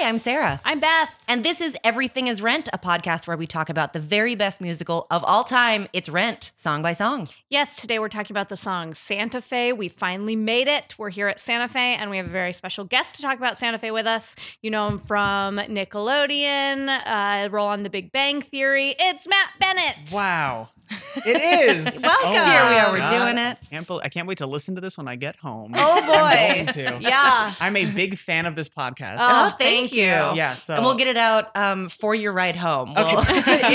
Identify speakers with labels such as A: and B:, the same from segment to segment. A: I'm Sarah.
B: I'm Beth.
A: And this is Everything is Rent, a podcast where we talk about the very best musical of all time. It's Rent, song by song.
B: Yes, today we're talking about the song Santa Fe. We finally made it. We're here at Santa Fe, and we have a very special guest to talk about Santa Fe with us. You know him from Nickelodeon, uh, Roll on the Big Bang Theory. It's Matt Bennett.
C: Wow. It is.
B: Welcome.
C: Oh my
B: Here we
A: are, we're
C: God.
A: doing it.
C: I can't, bel I can't wait to listen to this when I get home.
B: Oh
C: I'm
B: boy.
C: going to.
B: yeah.
C: I'm a big fan of this podcast.
B: Oh, thank you.
C: yeah, so
A: And we'll get it out um, for your ride home. We'll
C: Okay.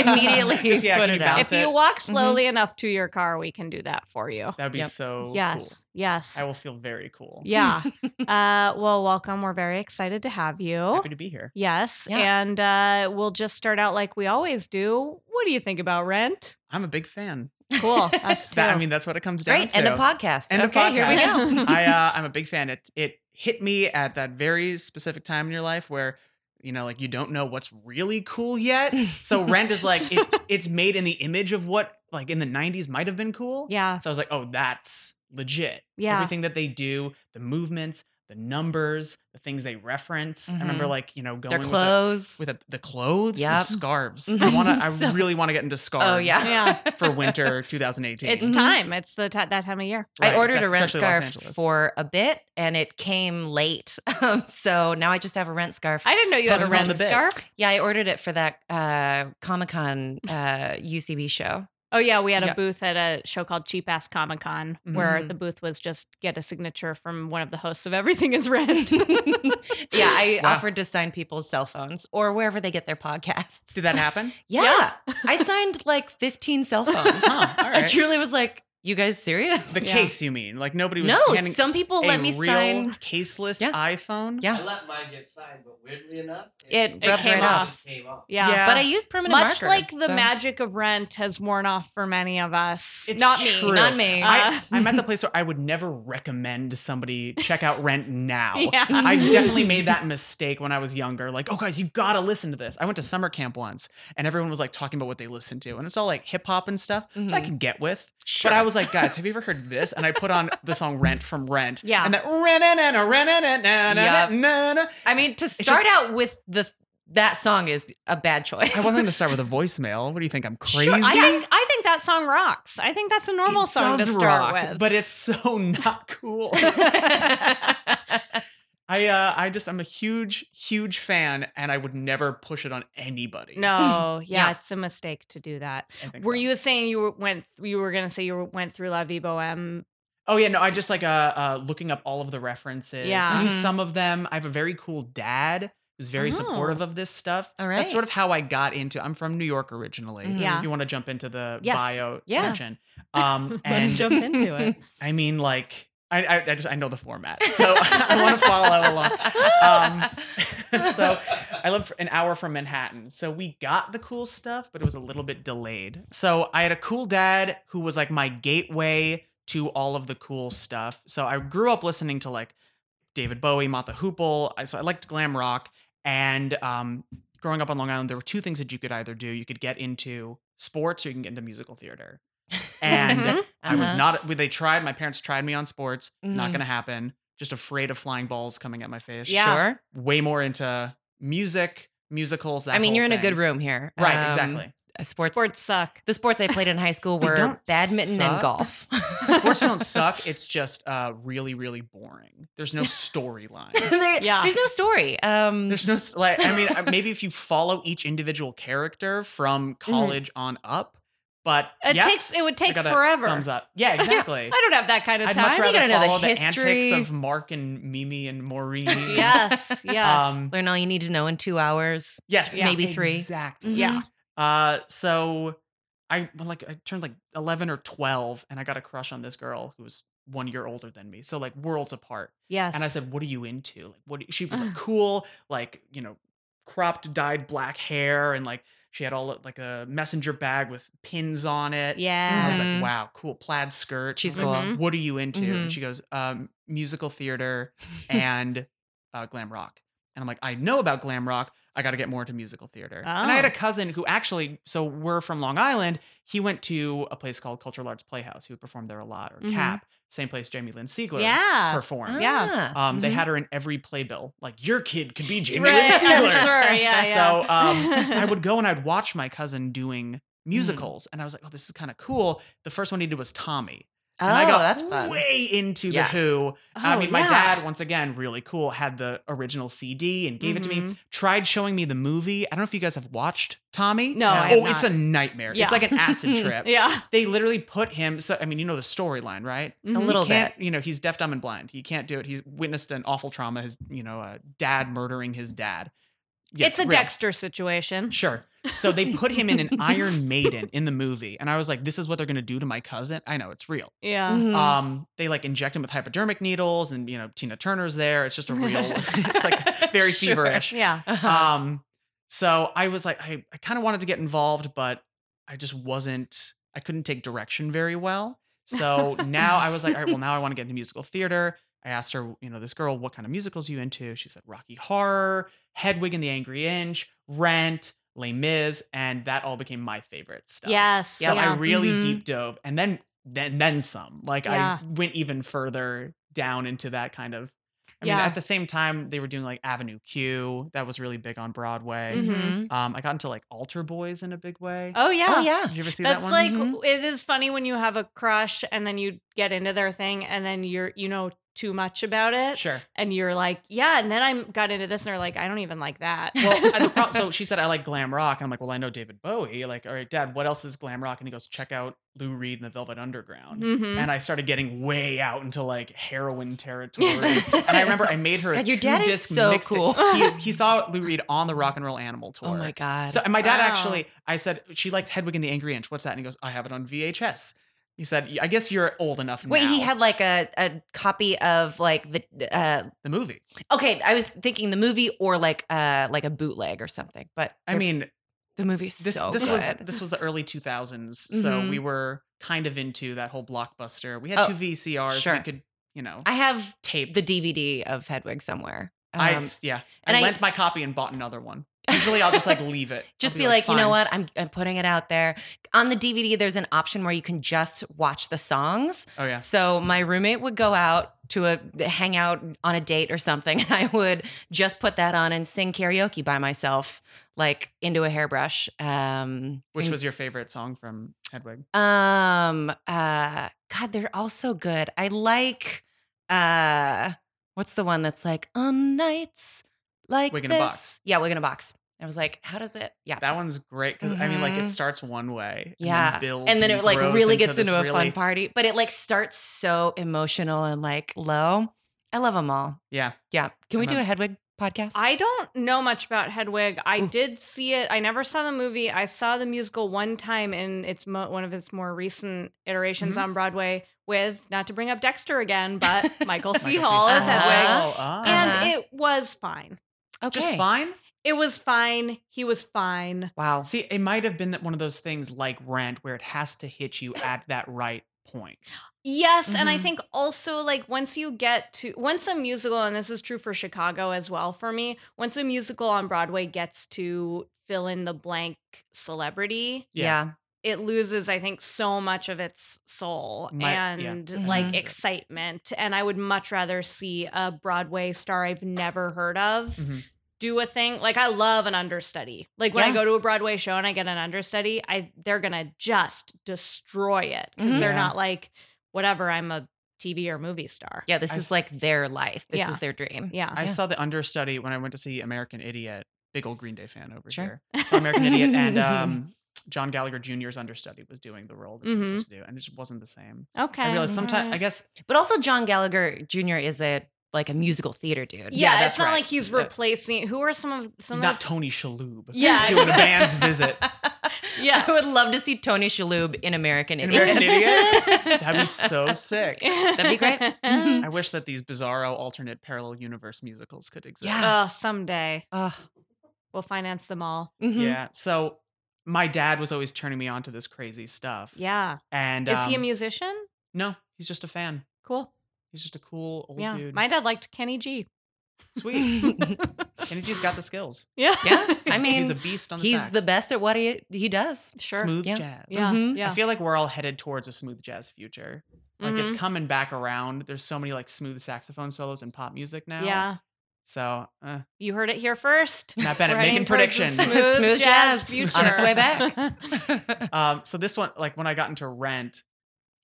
A: immediately
C: Just, yeah,
A: put
C: can
A: it
C: you
A: out.
C: bounce
B: If
C: it? Mm-hmm.
B: you walk slowly enough to your car, we can do that for you.
C: that'd be
A: Yep.
C: so
B: yes. Yes.
C: cool. Oh, I will feel very cool.
B: yeah. Uh, well, welcome. We're very excited to have you.
C: Happy to be here.
B: Yes.
A: Yeah.
B: And uh, we'll just start out like we always do. What do you think about rent?
C: I'm a big fan.
B: Cool. Us too.
C: That, I mean, that's what it comes down
A: Great.
C: to.
A: And a podcast.
C: And a
A: okay, here we go.
C: podcast. I uh, I'm a big fan. It it hit me at that very specific time in your life where you know like you don't know what's really cool yet. So Rent is like it, it's made in the image of what like in the 90s might have been cool.
B: yeah.
C: So I was like, oh, that's legit.
B: Yeah.
C: Everything that they do, the movements, the numbers, the things they reference. I remember
A: Mhm.
C: like, you know, going
A: Their
C: with a-
A: clothes.
C: with, a, the clothes,
A: Yep. Mm-hmm.
C: the scarves. I wanna I
A: So- Oh,
C: really want to get into scarves
A: yeah.
B: Yeah.
C: for winter 2018.
B: It's
A: Mhm.
B: time. It's the ti that time of year.
C: Right,
A: I ordered a
C: exactly,
A: rent
C: especially Los
A: scarf
C: Angeles.
A: for a bit and it came late. Um, so now I just have a rent scarf.
B: I didn't know you had a
C: Postpone
B: rent
C: the bit.
B: scarf.
A: yeah, I ordered it for that uh, Comic Con uh, UCB show.
B: Oh yeah, we had a
C: Yeah.
B: booth at a show called Cheap Ass Comic Con
C: Mm-hmm.
B: where
A: Mhm.
B: the booth was just get a signature from one of the hosts of Everything Is Rent.
A: yeah, I
C: Wow.
A: offered to sign people's cell phones or wherever they get their podcasts.
C: Did that happen?
A: Yeah, I signed like 15 cell phones.
C: Huh, all
A: I
C: right.
A: truly was like, you guys serious?
C: The
B: Yeah.
C: case, you mean? Like nobody was
A: no,
C: handing
A: some people
C: a
A: let me
C: real
A: sign.
C: caseless
A: Yeah.
C: iPhone.
A: Yeah.
D: I let mine get signed, but weirdly enough,
A: It
B: rubbed
D: came
B: right
A: off.
D: Came off.
B: yeah.
C: Yeah.
A: But I used permanent
B: Much
A: marker,
B: like the
A: so-
B: magic of rent has worn off for many of us.
C: It's
B: Not
C: true.
B: me.
A: Not me.
B: Uh,
C: I, I'm at the place where I would never recommend somebody check out Rent now.
B: Yeah.
C: I definitely made that mistake when I was younger. Like, oh, guys, you gotta listen to this. I went to summer camp once, and everyone was like talking about what they listened to, and it's all like hip hop and stuff that I
A: Mhm.
C: could get with.
A: Sure.
C: But I was like, guys, have you ever heard this? And I put on the song Rent from Rent.
B: Yeah.
C: And that "Ren-a-na-na,
A: Yep.
C: ren-a-na-na-na-na-na."
A: I mean, to start out with the that song is a bad choice.
C: I wasn't gonna start with a voicemail. What do you think? I'm crazy.
B: Sure, I think I think that song rocks. I think that's a normal
C: It
B: song to
C: does
B: start
C: rock,
B: with.
C: But it's so not cool. I uh, I just I'm a huge huge fan, and I would never push it on anybody.
B: no, yeah,
A: Yeah.
B: it's a mistake to do that.
C: I think
B: Were
C: so.
B: you saying you were- went? You were gonna say you were- went through La Vie Boheme?
C: Oh yeah, no, I just like uh, uh looking up all of the references.
B: Yeah. Mm-hmm.
C: I knew
A: Mhm.
C: some of them. I have a very cool dad who's very
B: Oh.
C: supportive of this stuff.
A: All
C: That's sort
A: right.
C: of how I got into. I'm from New York originally.
A: Mhm.
B: Mm-hmm. Yeah.
C: If you want to jump into the
B: Yes.
C: bio
A: Yeah.
C: section, um,
B: Let's
C: and
B: jump into it.
C: I mean like I, I I just I know the format, so I want to follow along. Um, so I lived for an hour from Manhattan. So we got the cool stuff, but it was a little bit delayed. So I had a cool dad who was like my gateway to all of the cool stuff. So I grew up listening to like David Bowie, Mata Hoople. I, so I liked glam rock. And um, growing up on Long Island, there were two things that you could either do. You could get into sports or you can get into musical theater. And
B: Mhm.
C: I was
A: Uh-huh.
C: not, they tried, my parents tried me on sports. Not
A: Mhm.
C: going to happen. Just afraid of flying balls coming at my face
B: Yeah.
A: Sure.
C: way more into music, musicals. That
A: I mean,
C: whole
A: you're in a
C: thing.
A: good room here.
C: right?
A: Um,
C: exactly.
A: Sports,
B: sports, suck.
A: The sports I played in high school
C: They
A: were
C: don't
A: badminton and
C: suck.
A: golf.
C: Sports don't suck. It's just uh, really, really boring. There's no storyline.
A: There-
B: Yeah.
A: There's no story. Um,
C: There's no s- like. I mean, uh, maybe if you follow each individual character from
A: Mm-hmm.
C: college on up, but
B: It
C: yes,
B: takes. It would
C: I
B: take
C: got a
B: forever.
C: Thumbs up. Yeah, exactly.
B: I don't have that kind of
C: I'd
B: time.
C: much
A: You
C: rather
A: gotta know the
C: follow the, antics
A: history.
C: of Mark and Mimi and Maureen.
B: yes. Yes.
C: Um,
A: Learn all you need to know in two hours.
C: yes.
B: Yeah.
A: Maybe three.
C: Exactly.
B: yeah.
C: Uh, so I well, like I turned like eleven or twelve, and I got a crush on this girl who was one year older than me, so like worlds apart.
B: Yes.
C: mm-hmm. And I said, "What are you into?" Like, what? do you-" She was like cool, like you know, cropped, dyed black hair, and like she had all of- like a messenger bag with pins on it. And I
B: Yeah.
C: was
A: Mhm.
C: like, "Wow, cool plaid skirt."
A: She's
C: I was like,
B: Mm-hmm.
A: cool.
C: What are you into?
A: Mhm.
C: And she goes, um, "Musical theater and uh, glam rock." And I'm like, I know about glam rock. I got to get more into musical theater. And I had
B: Oh.
C: a cousin who actually, so we're from Long Island. He went to a place called Cultural Arts Playhouse. He would perform there a lot, or
B: Mhm.
C: CAP, same place Jamie Lynn Siegler
B: yeah. Oh,
C: performed.
B: Yeah.
C: Um, They
A: Mhm.
C: had her in every playbill. Like, your kid could be Jamie
B: Right,
C: Lynn
B: I'm
C: Siegler.
B: sure, yeah, yeah.
C: So um, I would go and I'd watch my cousin
B: Mm.
C: doing musicals, and I was like, "Oh, this is kind of cool." The first one he did was Tommy,
A: Oh,
C: and I got
A: that's fun.
C: way into
A: Yeah.
C: the Who. I
B: Oh,
C: mean, my
B: yeah.
C: dad, once again, really cool, had the original CD and gave it to me.
B: Mhm.
C: Tried showing me the movie. I don't know if you guys have watched Tommy.
B: No, I have
C: oh, it's a
B: not.
C: nightmare.
B: Yeah.
C: It's like an acid trip.
B: Yeah.
C: They literally put him. So I mean, you know the storyline, right?
A: A
B: Mhm.
A: little
C: he can't,
A: bit.
C: you know, he's deaf, dumb, and blind. He can't do it. He's witnessed an awful trauma. His, you know, uh, dad murdering his dad. Yes,
B: it's a
C: real.
B: Dexter situation.
C: Sure. So they put him in an Iron Maiden in the movie, and I was like, "This is what they're gonna do to my cousin." I know it's real.
B: Yeah.
A: Mhm.
C: Um, they like inject him with hypodermic needles, and you know Tina Turner's there. It's just a real. it's like very
A: Sure.
C: feverish.
B: Yeah.
A: Uh-huh.
C: Um, so I was like, I, I kind of wanted to get involved, but I just wasn't. I couldn't take direction very well. So now I was like, all right, well now I want to get into musical theater. I asked her, you know, this girl, what kind of musicals you into? She said Rocky Horror, Hedwig and the Angry Inch, Rent, Les Mis, and that all became my favorite stuff.
B: Yes.
C: So
B: yeah.
C: I really
B: Mhm.
C: deep dove and then then then some. Like
B: Yeah.
C: I went even further down into that kind of I mean,
B: Yeah.
C: at the same time they were doing like Avenue Q, that was really big on Broadway.
A: Mhm.
C: Um I got into like Alter Boys in a big way.
B: Mm-hmm. Oh yeah.
A: Oh yeah.
C: Did you ever see
B: That's
C: that one? Mm-hmm.
A: Mhm.
B: like it is funny when you have a crush and then you get into their thing and then you're you know too much about it
C: Sure.
B: and you're like yeah and then I got into this and they're like I don't even like that.
C: Well, and the pro- so she said I like glam rock. And I'm like, well, I know David Bowie. Like, all right, Dad, what else is glam rock? And he goes, check out Lou Reed and the Velvet Underground.
B: Mhm.
C: And I started getting way out into like heroin territory. and I remember I made her a
A: God, your dad is
C: two-disc
A: so
C: mixta-
A: cool.
C: He, he saw Lou Reed on the Rock and Roll Animal tour.
A: Oh my god.
C: So and my dad
B: Wow.
C: actually, I said she likes Hedwig and the Angry Inch. What's that? And he goes, I have it on VHS. He said, I guess you're old enough
A: Wait,
C: now.
A: he had like a, a copy of like the uh
C: the movie.
A: okay, I was thinking the movie or like uh like a bootleg or something, but
C: I mean,
A: the movie's
C: this
A: so
C: this
A: good.
C: was this was the early 2000s so
A: Mhm.
C: we were kind of into that whole blockbuster we had
A: Oh,
C: two vcrs
A: sure.
C: we could you know
A: I have
C: tape
A: the DVD of Hedwig somewhere.
C: i
A: Um,
C: yeah
A: and
C: i
A: I-
C: lent my copy and bought another one usually i'll just like leave it I'll
A: just be, like, you know
C: "Fine."
A: what? I'm, I'm putting it out there. On the DVD, there's an option where you can just watch the songs.
C: oh yeah
A: So my roommate would go out to a hang out on a date or something, and I would just put that on and sing karaoke by myself, like into a hairbrush. Um,
C: which
A: and-
C: was your favorite song from hedwig
A: um uh God, they're all so good. I like uh what's the one that's like on nights like
C: Wig in a
A: this.
C: Box.
A: Yeah, Wig in a Box. I was like, how does it? Yeah.
C: that one's great because i mean like it
A: Mhm.
C: starts one way and
A: Yeah.
C: then builds
A: and then it like
C: grows
A: really gets
C: this
A: into a
C: really-
A: fun party but it like starts so emotional and like low i love them all
C: yeah
A: yeah can we
C: I'm
A: do
C: a-
A: a hedwig podcast
B: I don't know much about Hedwig. I
A: Ooh.
B: did see it. I never saw the movie. I saw the musical one time in its mo- one of its more recent iterations
C: Mhm.
B: on Broadway with not to bring up Dexter again, but Michael C.
C: Michael C.
B: Hall as
A: Uh-huh.
B: Hedwig,
C: Oh, ah.
A: Uh-huh.
B: and it was fine.
A: okay
C: just fine
B: It was fine. He was fine.
A: wow
C: see it might have been that one of those things like rent where it has to hit you at that right point
B: Yes, and I
A: Mhm.
B: think also like once you get to once a musical and this is true for Chicago as well for me, once a musical on Broadway gets to fill in the blank celebrity,
A: yeah
B: it loses I think so much of its soul
C: My- yeah.
B: and
A: Mhm.
B: like excitement and I would much rather see a Broadway star I've never heard of
C: Mhm.
B: do a thing. Like I love an understudy. Like when
A: Yeah.
B: I go to a Broadway show and I get an understudy, I they're gonna just destroy it because
A: Mhm.
B: they're
C: Yeah.
B: not like whatever. I'm a TV or movie star.
A: yeah this
C: I
A: is
C: s-
A: like their life this
B: Yeah.
A: is their dream
B: Yeah.
C: I
A: Oh, Yeah.
C: saw the understudy when I went to see American Idiot. Big old Green Day fan over
A: Sure.
C: here. So American Idiot and um, John Gallagher Jr.'s understudy was doing the role that he was
B: Mhm.
A: Mm-hmm.
C: supposed to do, and it just wasn't the same.
B: Okay.
C: I realized sometimes I
B: alright.
C: guess
A: but also john gallagher jr is a like a musical theater dude
B: yeah,
C: Yeah, that's
B: it's not
C: right.
B: like he's
A: So it's-
B: replacing. Who are some of some
C: he's
B: of
C: not Tony Shalhoub
B: Yeah,
C: doing a
B: exactly.
C: band's visit.
B: Yes.
A: I would love to see Tony Shalhoub in American
C: In
A: Idiot.
C: American Idiot? That'd be so sick.
B: That'd
A: be great. Mhm.
C: I wish that these bizarro alternate parallel universe musicals could exist.
A: Yeah.
B: oh, someday
A: oh,
B: we'll finance them all.
A: mhm.
C: Yeah. So my dad was always turning me on to this crazy stuff.
B: Yeah.
C: And
B: Is he a
C: um,
B: musician?
C: No, he's just a fan.
B: Cool.
C: He's just a cool old
B: yeah.
C: dude.
B: My dad liked Kenny G.
C: Sweet. And he's got the skills.
B: Yeah.
A: Yeah, I mean,
C: he's a beast on the
A: he's
C: sax.
A: the best at what he he does.
B: Sure.
C: Smooth
A: Yeah.
C: jazz.
B: Yeah.
A: Mhm.
B: Yeah.
C: Mm-hmm. I feel like we're all headed towards a smooth jazz future. Like it's
B: Mhm.
C: coming back around. There's so many like smooth saxophone solos in pop music now.
B: Yeah.
C: So uh,
B: You heard it here first.
C: Matt
B: We're
C: Bennett
B: heading
C: making
B: towards the
C: predictions.
B: Smooth,
A: Smooth
B: jazz,
A: jazz
B: future.
A: on its way back.
C: um, so this one, like when I got into Rent,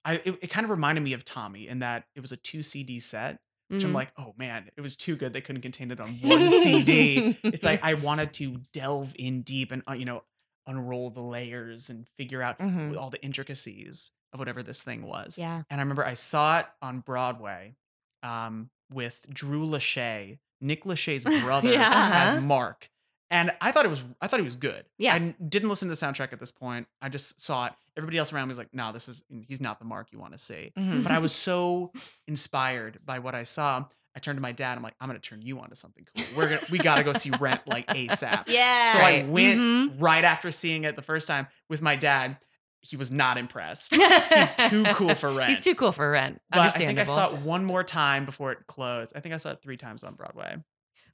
C: I it, it kind of reminded me of Tommy in that it was a two CD set. Which I'm
B: Mhm.
C: like, oh man, it was too good. They couldn't contain it on one CD.
A: Mm-hmm.
C: It's like I wanted to delve in deep and uh, you know unroll the layers and figure out
A: Mhm.
C: all the intricacies of whatever this thing was.
A: yeah.
C: And I remember I saw it on Broadway um, with Drew Lachey, Nick Lachey's brother,
B: Yeah.
A: Uh-huh.
C: as Mark. And I thought it was I thought it was good.
B: Yeah.
C: I n- didn't listen to the soundtrack at this point. I just saw it. Everybody else around me was like, "No, this is he's not the Mark you want to see."
A: Mhm.
C: But I was so inspired by what I saw. I turned to my dad. I'm like, "I'm gonna turn you on to something cool. We're gonna we gotta go see Rent like ASAP."
B: Yeah. mm-hmm.
C: So I
A: Right.
C: went
A: Mhm.
C: right after seeing it the first time with my dad. He was not impressed. He's too cool for Rent.
A: He's too cool for rent.
C: But I think I
A: Understandable.
C: saw it one more time before it closed. I think I saw it three times on Broadway.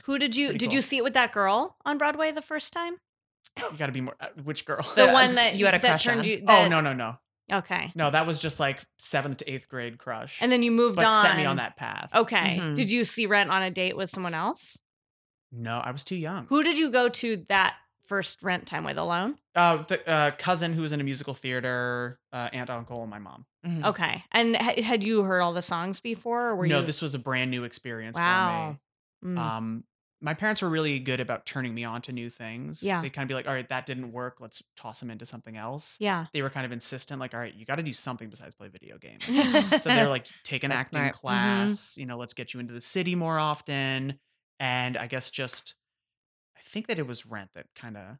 B: Who did you
C: Pretty
B: did
C: cool.
B: you see it with that girl on Broadway the first time?
C: You got to be more. uh, Which girl?
B: The
A: The-
B: one that
A: you had a
B: that
A: crush
B: turned
A: on.
B: you.
C: oh
B: that-
C: no no no
B: Okay.
C: no! That was just like seventh to eighth grade crush.
B: And then you moved
C: but
B: on. Oh.
C: set me on that Mm-hmm. path.
B: Okay.
A: Mhm.
B: Did you see Rent on a date with someone else?
C: No, I was too young.
B: Who did you go to that first Rent time with alone?
C: Uh, the uh, cousin who was in a musical theater, uh, aunt, uncle, and my mom.
A: Mhm.
B: Okay. And ha- had you heard all the songs before? Or were
C: Mm. no,
B: you?
C: this was a brand new experience for
B: Wow.
C: me.
B: Mm.
C: Um, my parents were really good about turning me on to new things.
B: Yeah.
C: they kind of be like, "All right, that didn't work. Let's toss them into something else."
B: yeah.
C: They were kind of insistent, like, "All right, you got to do something besides play video games."
A: Mm-hmm.
B: Mhm.
C: so they're like take an
A: That's
C: acting
A: smart. Mhm.
C: class you know let's get you into the city more often and i guess just i think that it was rent that kind of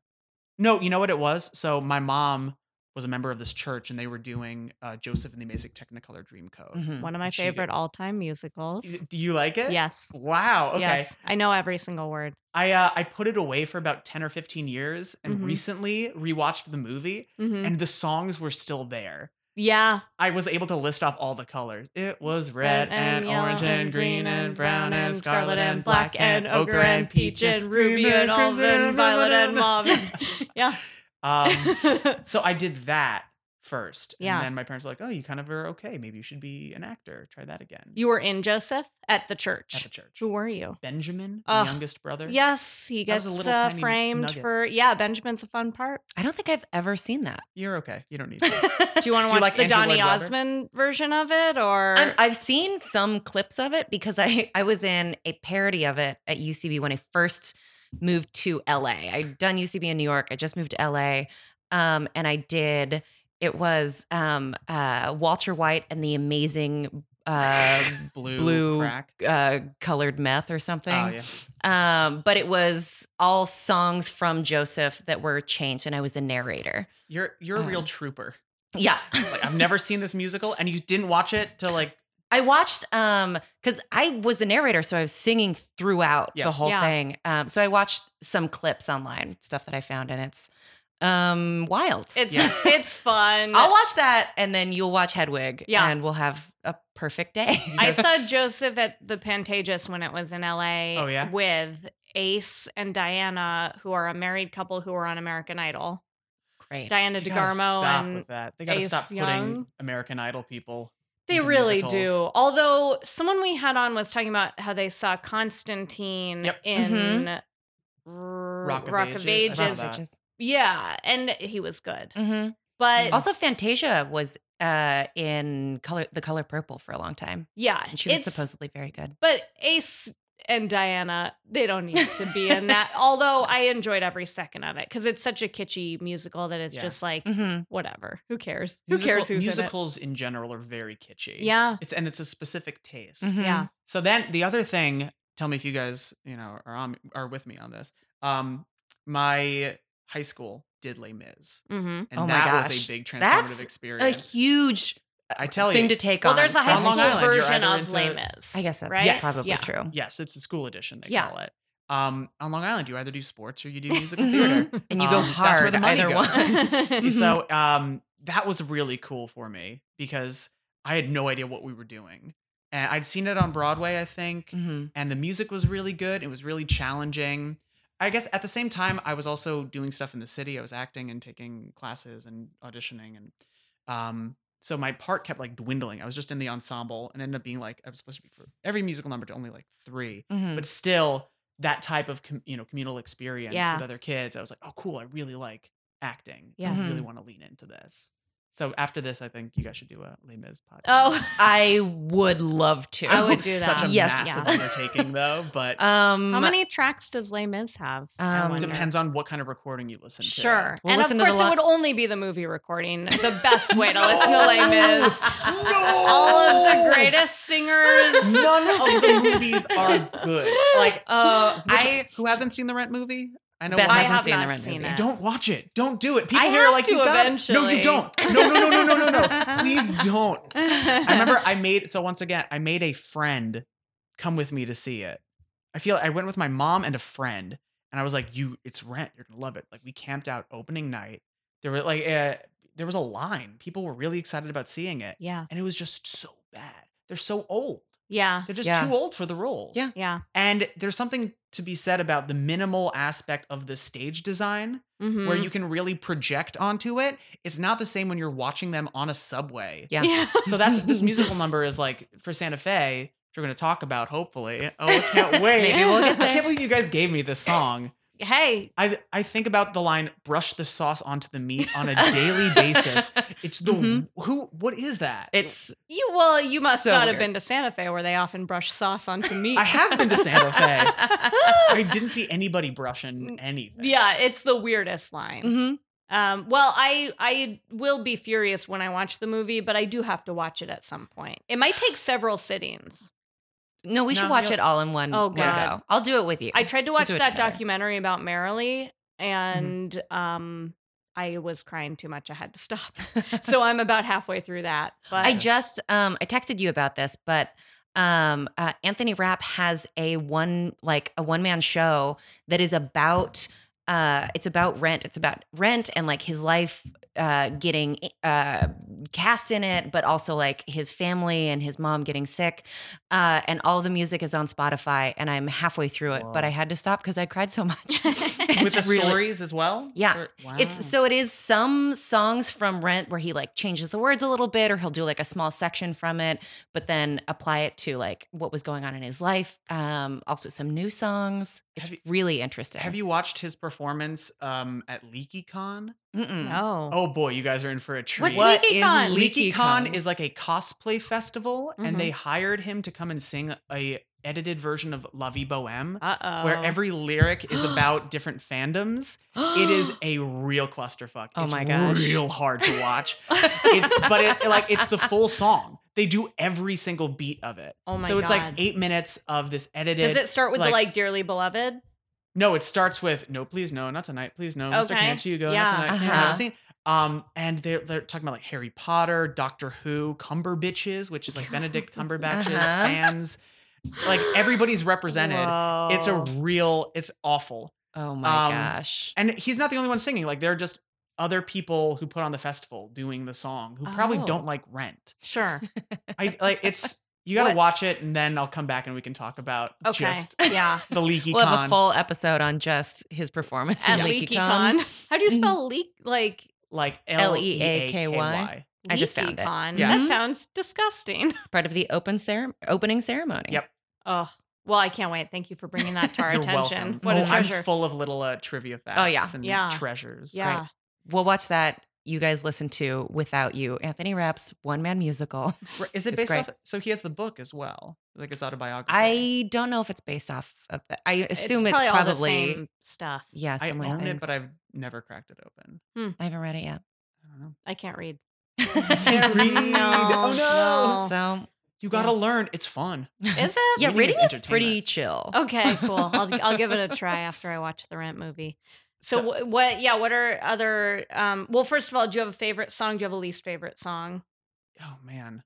C: no you know what it was so my mom was a member of this church and they were doing uh, joseph and the amazing technicolor dreamcoat
A: Mhm.
B: One of my
C: She did.
B: favorite all time musicals.
C: do you like it
B: Yes.
C: wow okay
B: Yes. I know every single word.
C: i uh, i put it away for about 10 or 15 years and
B: Mhm.
C: recently rewatched the movie
B: Mhm.
C: and the songs were still there
B: Yeah.
C: I was able to list off all the colors. It was Mm, red and,
B: yellow
C: orange and green and brown and scarlet and black and ochre and peach and
B: ruby
C: green
B: and
C: crimson
B: olive and
C: blah, blah,
B: violet and
C: blah,
B: mauve. yeah.
C: blah. Um, so I did that first.
B: Yeah.
C: And then my parents were like, oh, you kind of are okay. Maybe you should be an actor. Try that again.
B: you were in Joseph at the church.
C: At the church.
B: Who were you?
C: Benjamin, the
B: Ugh.
C: youngest brother.
B: Yes, he
C: That was
B: gets
C: a little
B: uh,
C: tiny
B: framed
C: nugget.
B: for yeah. Benjamin's a fun part.
A: I don't think I've ever seen that.
C: You're okay. You don't need to.
B: Do you want to
C: Do you
B: watch
C: like
B: the
C: Andrew
B: Donny
C: Lloyd Webber?
B: Osmond version of it, or
A: I'm, Um, I've seen some clips of it because I, I was in a parody of it at UCB when I first moved to LA. I'd done UCB in New York. I just moved to LA. Um, and I did, it was um, uh, Walter White and the amazing uh,
C: Blue,
A: Blue
C: crack.
A: uh, colored meth or something.
C: Oh, yeah.
A: um, but it was all songs from Joseph that were changed, and I was the narrator.
C: You're, you're a real
A: Um,
C: trooper.
A: Yeah.
C: Like, I've never seen this musical and you didn't watch it till like,
A: I watched um because I was the narrator, so I was singing throughout
C: Yeah.
A: the whole
B: Yeah.
A: thing. Um, so I watched some clips online, stuff that I found, and it's um wild.
B: it's
C: Yeah.
B: it's fun.
A: I'll watch that, and then you'll watch Hedwig,
B: Yeah.
A: and we'll have a perfect day.
B: I saw Joseph at the Pantages when it was in LA.
C: Oh, yeah?
B: with Ace and Diana, who are a married couple who are on American Idol.
A: Great.
B: Diana
C: They gotta
B: DeGarmo
C: stop
B: and
C: with that. They got to
B: Ace
C: stop putting
B: Young.
C: American Idol people.
B: They
C: into
B: really do.
C: musicals.
B: Although someone we had on was talking about how they saw Constantine
C: Yep. Mm-hmm.
B: in
A: Mhm.
B: R-
C: Rock of
A: I
C: Ages.
A: saw
C: Ages.
A: that. Just-
B: Yeah, and he was good.
A: Mhm.
B: But
A: Also, Fantasia was uh in color the color purple for a long time,
B: yeah,
A: and she was
B: it's-
A: supposedly very good.
B: But Ace and Diana, they don't need to be in that. Although I enjoyed every second of it because it's such a kitschy musical that it's
C: Yeah. Mm-hmm.
B: just like
A: Mhm.
B: whatever. Who cares?
C: Musical-
B: Who cares who's
C: musicals in, general are very kitschy.
B: in it? Yeah, Mm-hmm.
C: It's and it's a specific taste.
A: Mhm.
B: yeah.
C: So then the other thing, tell me if you guys, you know, are on are with me on this. Um my high school did Les Mis.
B: Mm-hmm.
C: And
A: Oh my
C: that was
A: gosh.
C: a big transformative
A: That's
C: experience.
A: a huge
C: I tell
A: thing
C: you.
A: to take
B: Well,
A: on.
B: there's a high
A: from-
C: From
B: school
C: Long Island, you're
B: version
C: either
B: of
C: into-
B: Les Mis.
A: I guess that's
B: right?
C: Yes.
A: probably
B: Yeah.
A: true.
C: yes, it's the school edition they
B: Yeah.
C: call it. Um on Long Island you either do sports or you do musical theater.
A: And you go
C: Um, that's where
A: hard
C: the money
A: either
C: goes.
A: one. Mhm.
B: Mm-hmm.
C: So mm, um, that was really cool for me because I had no idea what we were doing. and I'd seen it on Broadway, I think,
A: Mhm.
C: and the music was really good. It was really challenging. I guess at the same time, I was also doing stuff in the city. I was acting and taking classes and auditioning, and um, so my part kept like dwindling. I was just in the ensemble and ended up being like I was supposed to be for every musical number to only like three,
A: Mhm.
C: but
B: Mm.
C: still that type of com- you know communal experience
B: Yeah.
C: with other kids. I was like, oh, cool! I really like acting.
B: Yeah.
C: I really want to lean into this. So after this, I think you guys should do a Les Mis podcast.
B: Oh,
A: I would love to.
B: I would do
C: It's
B: that. Oh,
C: Such a
A: Yes.
C: massive
B: Yeah.
C: undertaking, though. But
A: Um,
B: how many tracks does Les Mis have? I
A: Um,
B: wonder?
C: depends on what kind of recording you listen to.
B: Sure.
A: We'll
B: and of
A: listen to the
B: course,
A: lo-
B: it would only be the movie recording. The best way to listen to Les Mis. All of the greatest singers.
C: None of the movies are good. Like
A: Uh, I
C: who hasn't seen the Rent movie? I know
A: Ben
C: one
B: I
A: hasn't
B: have
A: seen
B: not
A: the Rent
B: seen
A: movie.
B: it.
C: Don't watch it. Don't do it. People here
B: have
C: are like,
B: to
C: you got it. No,
B: eventually.
C: you don't. No, no, no, no, no, no, no. Please don't. I remember I made so once again, I made a friend come with me to see it. I feel I went with my mom and a friend, and I was like, "You, it's Rent. You're gonna love it." Like we camped out opening night. There were like uh, there was a line. People were really excited about seeing it,
B: Yeah.
C: and it was just so bad. They're so old.
B: Yeah.
C: They're just
A: Yeah.
C: too old for the roles.
A: Yeah.
B: Yeah.
C: And there's something to be said about the minimal aspect of the stage design
B: Mhm.
A: Mm.
C: where you can really project onto it. It's not the same when you're watching them on a subway.
A: Yeah.
B: Yeah.
C: So that's this musical number is like for Santa Fe, which we're going to talk about hopefully. Oh, I can't wait.
B: Maybe we'll get
C: I
B: there.
C: can't believe you guys gave me this song.
B: Hey.
C: I I think about the line brush the sauce onto the meat on a daily basis. It's the
A: Mhm.
B: Mm-hmm.
C: who what is that?
A: It's
B: You well, you must
A: So
B: not have
A: weird.
B: been to Santa Fe where they often brush sauce onto meat.
C: I have been to Santa Fe. I didn't see anybody brushing anything.
B: yeah, it's the weirdest line.
C: Mm-hmm.
A: Mhm.
B: Um, well, I I will be furious when I watch the movie, but I do have to watch it at some point. It might take several sittings.
A: No, we should
C: No,
A: watch
C: you'll-
A: it all in one.
B: Oh,
A: one
B: God.
A: go. I'll do it with you.
B: I tried to watch
A: do it
B: that
A: together.
B: documentary about Marilee, and um, I was crying too much. I had to stop, so I'm about halfway through that. But
A: I just um I texted you about this, but um uh, Anthony Rapp has a one like a one man show that is about uh it's about rent. It's about rent and like his life uh getting uh cast in it, but also like his family and his mom getting sick. Uh and all the music is on Spotify and I'm halfway through it, but I
C: Wow.
A: had to stop because I cried so much.
C: With the
A: It's really-
C: stories as well?
A: Yeah.
C: Or- wow.
A: it's so it is some songs from Rent where he like changes the words a little bit or he'll do like a small section from it, but then apply it to like what was going on in his life. Um, also some new songs. It's
C: Have you-
A: really interesting.
C: Have you watched his performance um, at LeakyCon?
A: Mm-mm.
B: no.
C: Oh boy, you guys are in for a treat.
B: What's
A: What
B: Leaky
A: is
B: Con?
A: Leaky
C: LeakyCon
A: Con?
C: is like a cosplay festival,
B: Mhm.
C: and they hired him to come and sing a edited version of La Vie Boheme,
B: Uh oh.
C: where every lyric is about different fandoms. It is a real clusterfuck.
A: Oh
C: it's
A: my gosh.
C: real hard to watch. it's, but it, like it's the full song. They do every single beat of it.
B: Oh my
C: so it's
B: God.
C: like eight minutes of this edited.
B: Does it start with the
C: like-
B: like dearly beloved?
C: No, it starts with no, please, no, not tonight, please, no, Mister,
B: Okay.
C: can't you go?
B: Yeah,
C: Not tonight. You know,
A: uh-huh.
C: I've seen. Um, and they're they're talking about like Harry Potter, Doctor Who, Cumber Bitches, which is like Benedict Cumberbatch's
A: Uh-huh.
C: fans. Like everybody's represented. It's a
B: Whoa.
C: real. It's awful.
A: Oh my
C: Um,
A: gosh.
C: And he's not the only one singing. Like there are just other people who put on the festival doing the song who probably
B: Oh.
C: don't like Rent.
B: sure.
C: I like it's. You got to
B: What-
C: watch it, and then I'll come back and we can talk about
B: Okay.
C: just
B: yeah.
C: the leaky
A: We'll
C: con.
A: have a full episode on just his performance
B: At
A: at
B: Leaky
A: LeakyCon.
B: Con. How do you spell leak? Like
C: like L E A K
A: L-E-A-K-Y.
C: Y.
A: I just found it.
B: LeakyCon?
C: Yeah.
B: That sounds disgusting.
A: It's part of the open cere- opening ceremony.
C: Yep.
B: Oh, well, I can't wait. Thank you for bringing that to our
C: You're
B: attention.
C: welcome.
B: What
C: Oh,
B: a treasure.
C: I'm full of little uh, trivia facts.
A: yeah.
C: and
B: Yeah.
C: treasures.
B: yeah.
A: We'll watch that. You guys listen to Without You, Anthony Rapp's one man musical.
C: Right. Is it
A: It's
C: based
A: great.
C: off? So he has the book as well, like his autobiography.
A: I don't know if it's based off of that. I assume it's probably,
B: probably, all the same stuff.
A: yeah,
C: I
A: similar
C: own it,
A: things.
C: but I've never cracked it open.
A: I haven't read it yet.
C: I don't know.
B: I can't read.
C: Can't read.
B: No,
C: oh no!
B: no.
A: So
C: You gotta learn. It's fun.
B: Is it?
A: yeah,
C: Reading
A: reading
C: is
A: is,
C: entertainment.
A: pretty chill.
B: Okay, cool. I'll, I'll give it a try after I watch the Rent movie. So, wh- what? Yeah, what are other? Um, well, first of all, do you have a favorite song? Do you have a least favorite song?
C: oh man,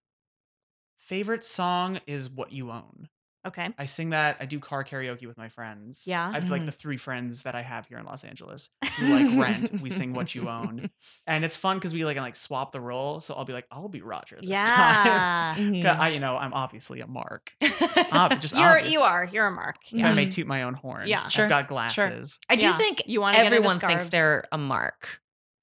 C: favorite song is "What You Own"
B: Okay.
C: I sing that. I do car karaoke with my friends.
B: Yeah. Mm-hmm.
C: I like the three friends that I have here in Los Angeles. We like rent. we sing what you own, and it's fun because we like can like swap the role. So I'll be like, I'll be Roger this time.
B: yeah.
A: Mm-hmm.
C: 'Cause I, you know, I'm obviously a mark.
A: Mhm.
C: Ob- just
B: You're
C: obvious.
B: you are. You're a mark.
C: If
B: Yeah.
C: I may toot my own horn,
B: Yeah.
A: Sure,
C: I've got glasses.
A: I do
B: Yeah.
A: think
B: You want
A: everyone thinks they're a mark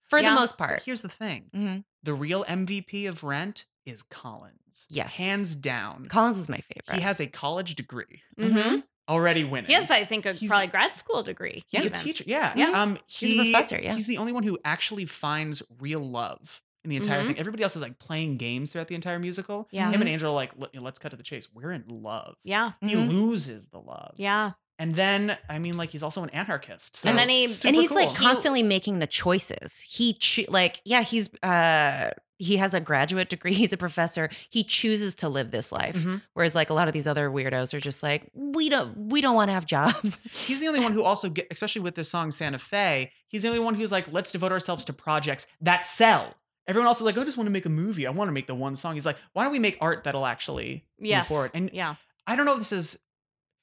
A: for
B: Yeah.
A: the most part.
C: Here's the thing:
B: Mm-hmm.
A: Mhm.
C: the real MVP of Rent is Collins.
A: Yes.
C: hands down.
A: Collins is my
C: He
A: favorite.
C: has a college degree
B: Mm-hmm.
C: already winning.
B: He has, I think, a
C: He's-
B: probably grad school degree.
C: He's a
B: even.
C: teacher. Yeah.
B: Yeah.
C: Um,
A: He's a
C: he-
A: professor, yeah.
C: He's the only one who actually finds real love in the entire
B: Mhm.
C: thing. Everybody else is like playing games throughout the entire musical.
B: Yeah.
C: Him and Angela are like, Let, us cut to the chase. We're in love.
B: Yeah.
C: He
A: Mhm.
C: loses the love.
B: Yeah.
C: And then, I mean, like, he's also an anarchist.
B: And
C: so
B: then he- and
C: super
A: and he's like
C: cool.
A: constantly making the choices. He cho- like yeah, he's uh he has a graduate degree, he's a professor. He chooses to live this life.
C: Mhm.
A: Whereas like a lot of these other weirdos are just like, we don't we don't want to have jobs.
C: He's the only one who also, get, especially with this song Santa Fe, he's the only one who's like, let's devote ourselves to projects that sell. Everyone else is like, I just want to make a movie. I want to make the one song. He's like, why don't we make art that'll actually
B: Yes.
C: move forward? And
B: yeah.
C: I don't know if this is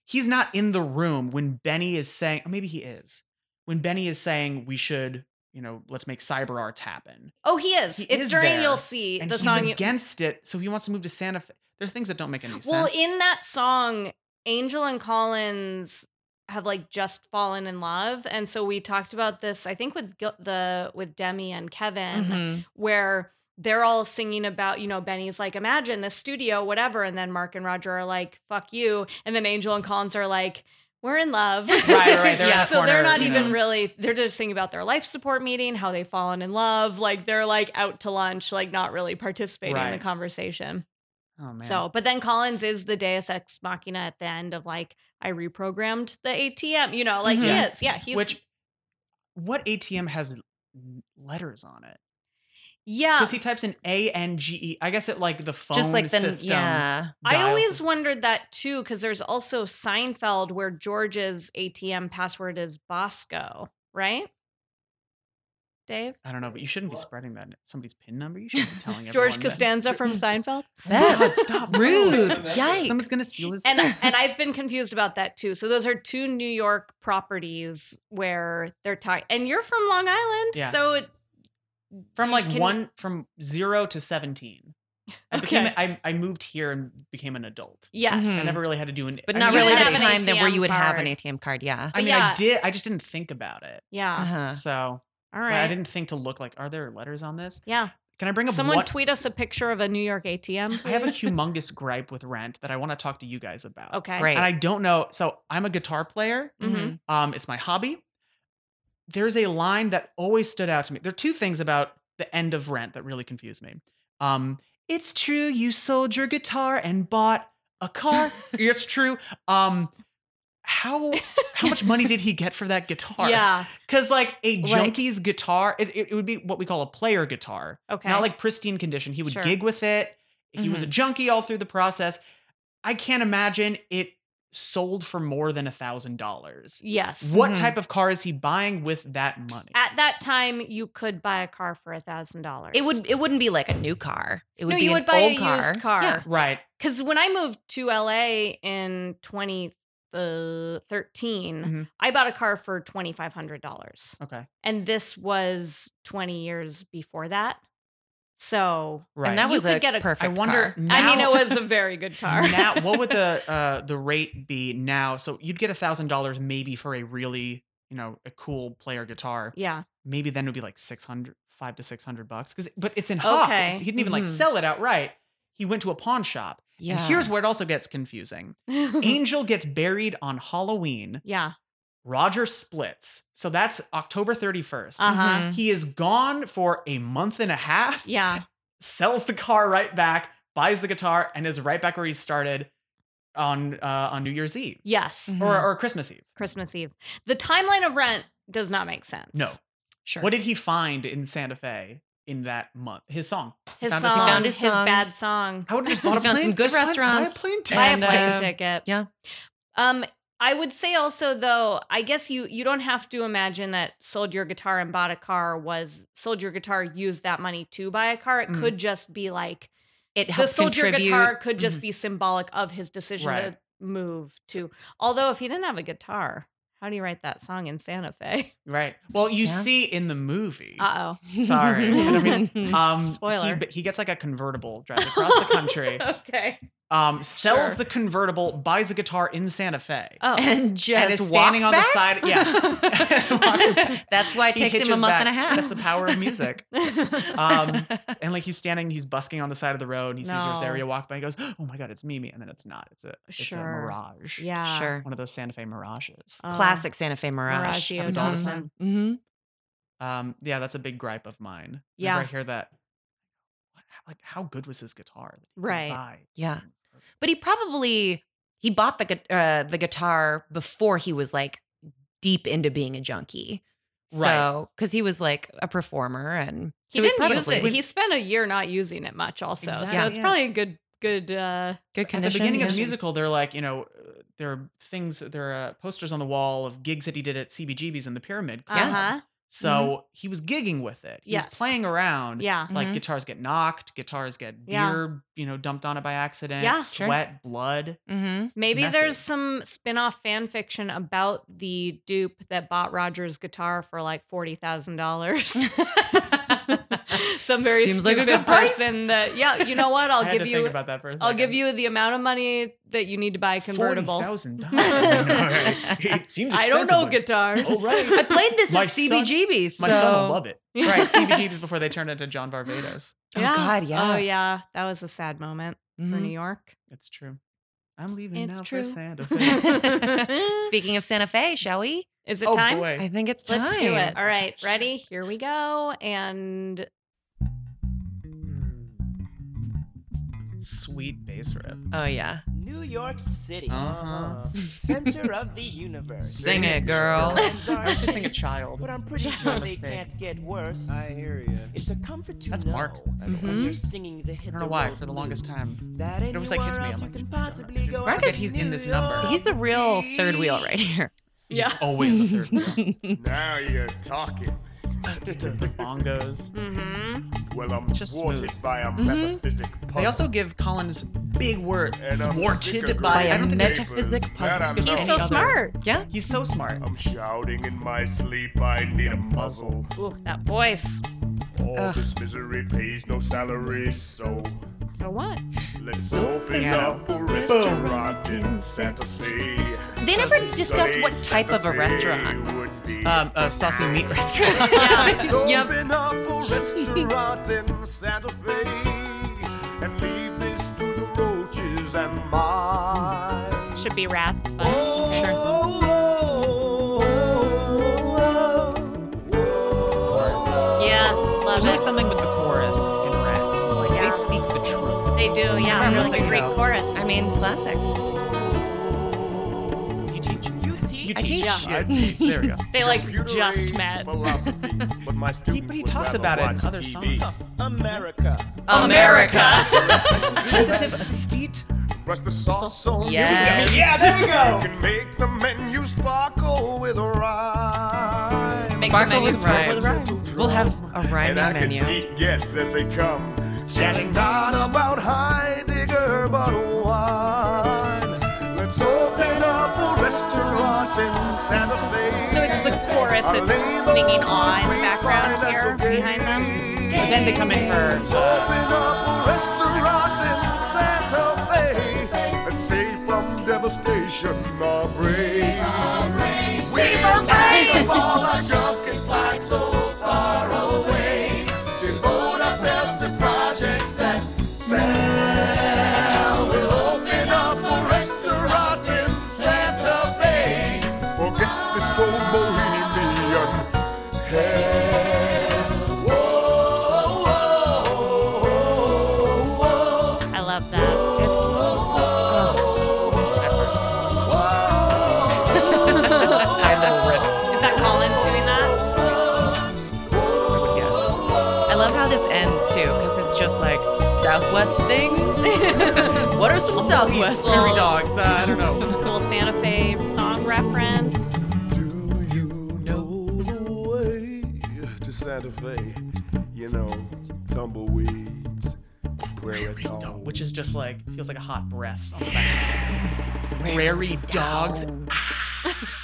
C: he's not in the room when Benny is saying or maybe he is. When Benny is saying we should, you know, let's make cyber arts happen.
B: Oh, he is.
C: He
B: it's
C: is
B: during
C: there.
B: you'll see
C: And
B: the
C: he's
B: song. you-
C: against it, so he wants to move to Santa Fe. There's things that don't make any
B: well,
C: sense.
B: in that song, Angel and Collins have like just fallen in love, and so we talked about this. I think with Gil- the with Demi and Kevin,
C: Mm-hmm.
A: Mhm.
B: where they're all singing about, you know, Benny's like, imagine the studio, whatever. And then Mark and Roger are like, fuck you. And then Angel and Collins are like, we're in love. Right,
C: right,
A: they're in the
B: so they're
C: corner,
B: not
C: you
B: even
C: know.
B: really, they're just singing about their life support meeting, how they've fallen in love. Like they're like out to lunch, like not really participating in the
C: Right.
B: conversation.
C: oh man.
B: So, but then Collins is the deus ex machina at the end of like, I reprogrammed the ATM, you know, like he
A: Mhm.
B: is. Yeah. He's,
C: Mm-hmm. which what ATM has letters on it?
B: yeah. Ah.
C: Because he types in A N G E. I guess it like the phone
A: Just like the
C: system.
A: yeah.
B: I
C: dials
B: always
C: is-
B: wondered that too, because there's also Seinfeld where George's ATM password is Bosco, right? Dave?
C: I don't know, but you shouldn't be spreading that somebody's pin number. You should be telling
B: George
C: everyone that-
B: Costanza from Seinfeld.
C: God, stop
A: Rude.
D: Yikes.
C: Someone's gonna steal his
B: And and I've been confused about that too. So those are two New York properties where they're talking. And you're from Long Island,
C: Yeah. Mm-hmm.
B: so it,
C: from like
B: Can you-
C: one from zero to 17 i became
B: Okay. Hmm.
C: I, I moved here and became an adult
B: yes,
A: Mhm.
C: i never really had to do an
A: But
C: I
A: not
B: mean, you
A: really
B: would
A: at the
B: have an
A: time that where
B: ATM
A: you would have an
B: card.
A: ATM card, yeah.
C: i mean
B: yeah.
C: i did i just didn't think about it
B: yeah.
A: Uh-huh.
C: so
B: All
C: I-
B: right,
C: i didn't think to look like are there letters on this
B: yeah.
C: can i bring up
B: Someone
C: one
B: tweet us a picture of a New York ATM.
C: i have a
B: please.
C: humongous gripe with rent that i want to talk to you guys about
B: okay.
A: Great.
C: and i don't know so i'm a guitar player
B: Mhm.
C: Um, it's my hobby. There's a line that always stood out to me. There are two things about the end of Rent that really confused me. Um, it's true you sold your guitar and bought a car. it's true. Um, how how much money did he get for that guitar?
B: Yeah.
C: because like a
A: Like-
C: junkie's guitar, it, it, it would be what we call a player guitar,
B: Okay.
C: not like pristine condition. He would
B: Sure. Mm-hmm.
C: gig with it. He was a junkie all through the process. I can't imagine it sold for more than a thousand dollars.
B: yes.
C: What
A: Mhm.
C: type of car is he buying with that money?
B: Mm-hmm. at that time you could buy a car for a thousand dollars.
A: It would it wouldn't be like a new car. It would
B: no,
A: be
B: you
A: an
B: would buy
A: old
B: a
A: car.
B: used car.
A: Yeah.
C: right.
B: Because when I moved to LA in 2013,
C: Mhm.
B: I bought a car for twenty five hundred dollars,
C: Okay.
B: and this was twenty years before that. So
C: Right.
A: And that
B: You
A: was
B: could
A: a
B: get a- I
A: perfect
C: I wonder.
A: car.
C: Now,
B: I mean, it was a very good car.
C: now, what would the uh, the rate be now? So you'd get a thousand dollars maybe for a really you know a cool player guitar.
B: yeah,
C: Maybe then it would be like 600, five to six hundred bucks. Because but it's in hock.
B: Okay. Mm-hmm.
C: It's- He didn't even like
A: Mhm.
C: sell it outright. He went to a pawn shop.
A: Yeah.
C: And here's where it also gets confusing. Angel gets buried on Halloween.
B: yeah,
C: Roger splits. So that's October 31st.
B: uh huh,
A: Mhm.
C: He is gone for a month and a half.
B: yeah,
C: sells the car right back, buys the guitar, and is right back where he started on uh, on New Year's Eve
B: yes.
A: Mhm.
C: or, or Christmas Eve.
B: Christmas Eve. The timeline of Rent does not make sense.
C: No,
A: Sure.
C: what did he find in Santa Fe in that month? His song.
B: his
C: Found
B: song,
C: a song.
A: Found his
B: his
A: song.
B: bad song.
C: I would have just
A: He
C: bought a
A: found
C: plane.
A: some good
C: just buy-
A: restaurants.
C: Buy, a plane ticket.
B: Buy a
A: And,
B: plane
A: uh,
B: ticket.
A: yeah.
B: Um, I would say also though, I guess you you don't have to imagine that sold your guitar and bought a car was sold your guitar used that money to buy a car. It
C: Mm.
B: could just be like
A: it
B: the
A: helps
B: sold your
A: contribute.
B: guitar could just be symbolic of his decision to
C: Mm-hmm. Right.
B: move to. Although, if he didn't have a guitar, how do you write that song in Santa Fe?
C: Right. Well, you
A: Yeah.
C: see in the movie.
B: Uh
C: Sorry.
B: I
C: um,
B: Spoiler.
C: He, he gets like a convertible, drives across the country,
B: oh. Okay.
C: um, sells
A: Sure.
C: the convertible, buys a guitar in Santa Fe.
B: Oh.
A: and just
C: and is standing
A: walks
C: on
A: back?
C: the side. Yeah. Walks-
A: That's why it
C: He
A: takes him a
C: hitches
A: month
C: back.
A: and a half.
C: That's the power of music. Um, and like he's standing, he's busking on the side of the road, and he sees
B: No.
C: Rosario walk by and goes, Oh my God, it's Mimi. And then it's not. It's a, it's a
B: Sure.
C: mirage.
B: yeah.
A: sure.
C: One of those Santa Fe mirages.
B: Oh.
A: Classic Santa Fe Mirage.
B: Miragio
A: Happens all the
C: Dawson.
A: time. Mhm.
C: Um, yeah, that's a big gripe of mine.
B: Yeah.
C: Whenever I hear that. what- Like, how good was his guitar? that he could
B: Right.
C: buy?
A: Yeah. But he probably he bought the gu- uh, the guitar before he was like deep into being a junkie. So,
C: Right.
A: because he was like a performer and
B: He
A: so
B: didn't use
A: probably-
B: it. He spent a year not using it much, also. So
C: Exactly.
B: it's
C: Yeah.
B: probably a good, good. uh
A: good
C: At the
A: condition.
C: beginning of the
A: yeah.
C: musical, they're like, you know, uh, there are things, there are uh, posters on the wall of gigs that he did at CBGB's in the Pyramid. Club.
A: Yeah.
B: Uh-huh.
C: So he was gigging with it. He
B: Yes.
C: was playing around.
B: Yeah.
C: Like
A: Mhm.
C: guitars get knocked, guitars get
B: Mm-hmm. Yeah.
C: beer, you know, dumped on it by accident,
B: Yeah,
A: sure.
C: sweat, blood.
A: Mhm.
B: Maybe
C: messy.
B: there's some spin-off fan fiction about the dupe that bought Roger's guitar for like forty thousand dollars. some very
A: Seems like a
B: stupid
A: good price.
B: person that yeah, you know what?
C: I
B: I'll
C: had
B: give
C: to
B: you
C: think about that for a second.
B: I'll give you the amount of money that you need to buy a convertible.
C: $40,000.
A: It
C: seems
B: I don't know guitars.
C: Oh, right.
A: I played this
C: My
A: at
C: son-
A: CBGB.
C: My
A: so.
C: son will love it.
B: Yeah.
C: Right, CBGB's before they turned into John Varvatos.
A: Oh, God, yeah.
B: Oh yeah. That was a sad moment for New
A: Mhm.
B: York.
C: It's true. I'm leaving
B: It's
C: now
B: true.
C: for Santa Fe.
B: Is
A: Speaking of Santa Fe, shall we?
B: it
C: oh
B: time?
A: I
C: boy.
A: think it's time.
B: Let's do it. All right, ready? Here we go. And
C: Mm. Sweet bass riff.
A: Oh yeah.
E: New York City, uh,
C: Uh-huh.
E: center of the universe.
A: Sing it, girl.
E: Times are
C: I was kissing a
E: changing,
C: child.
E: but I'm pretty
C: Just
E: sure
C: a
E: they
C: mistake.
E: can't get worse.
F: I hear you.
E: It's a comfort to
C: That's
E: know
C: Mark. I
E: when
A: Mhm.
E: you're singing the hit
C: I don't
E: the
C: know why.
E: road
C: For the longest
E: blues,
C: time,
E: That
C: It was like,
E: anywhere
C: "Hits me,"
E: else you
C: I'm like,
E: can
C: "Dude, I don't
E: possibly
C: know.
E: go
A: Mark
E: out
A: is-
E: to
C: He's in this
E: New
C: number.
E: York.
A: He's a real third wheel right here.
C: He's always the third wheel.
F: Now you're talking.
C: the bongos.
B: Mhm.
F: Well, I'm
C: Just
F: thwarted
C: smooth.
F: by a metaphysic puzzle.
C: They also give Collins big word
F: and um, I'm sick
C: thwarted
F: of
C: by.
F: green
C: I don't think there's.
A: meta- metaphysic
F: papers
A: puzzle.
F: that I'm
C: He's
B: he's
F: not
B: so
C: Another-
B: smart.
A: yeah.
C: He's so smart.
F: I'm shouting in my sleep, I need a muzzle.
B: Ooh, that voice.
F: All
A: Ugh.
F: this misery pays no salary, so
B: So what?
F: let's open
C: piano.
F: up a restaurant in Santa Fe.
A: They never
F: Sunny,
A: discuss
F: sunny
A: what type
F: Santa
A: of a
F: Fe
A: restaurant.
F: would be
C: Um, a saucy meat restaurant.
F: Let's
A: Yep.
F: open up a restaurant in Santa Fe and leave this to the roaches and mice.
B: Should be rats, but
F: Oh,
B: sure.
F: oh, oh, oh, oh, oh.
B: Yes, love
C: There's always
B: it.
C: something with the chorus in red. Like
B: Yeah.
C: they speak the truth.
B: They do, yeah.
C: I'm
B: Really
C: listening,
B: great
C: though.
B: chorus.
A: I mean, classic.
C: You teach.
E: You teach.
C: You
A: I
C: teach.
A: teach.
F: I
C: Yeah.
F: teach.
C: There we go.
B: they like
F: Computer
B: just
F: age
B: met.
F: philosophy, but my students
C: he
F: would
C: talks
F: rather
C: about it in
F: watch
C: other
F: TV.
C: songs.
E: America.
A: America.
C: Sensitive, astute.
F: Brush the sauce on
A: Yes.
F: your
A: Yeah,
C: there we
F: go. You can make the menu sparkle with a rhyme.
B: Make
A: Sparkle
B: the menu
A: with
B: sparkle
A: rhymes.
B: rhymes.
A: We'll have a
F: and
A: rhyming
F: I can
A: menu.
F: see guests as they come, chatting on about Heidegger, but wine. Let's open up a restaurant in Santa Fe.
B: So it's the chorus that's singing on in the background here behind them.
C: But then they come in for.
F: Open up a restaurant in Santa Fe and save from devastation our brain. We will pay all our junk and fly so far away. Devote ourselves to projects that sell. We'll open up a restaurant in Santa Fe. Forget this cold bohemian hell. Whoa, whoa, whoa, whoa.
B: I love that.
A: It's
B: Is that Collins doing that?
C: Yes.
A: I love how this ends too, because it's just like Southwest things. what are some Southwest
C: Prairie
A: things?
C: dogs. Uh, I don't know.
B: Cool Santa Fe song reference.
F: Do you know the way to Santa Fe? You know, tumbleweeds, prairie dog.
C: which is just like feels like a hot breath. On the back. Prairie dogs. Ah.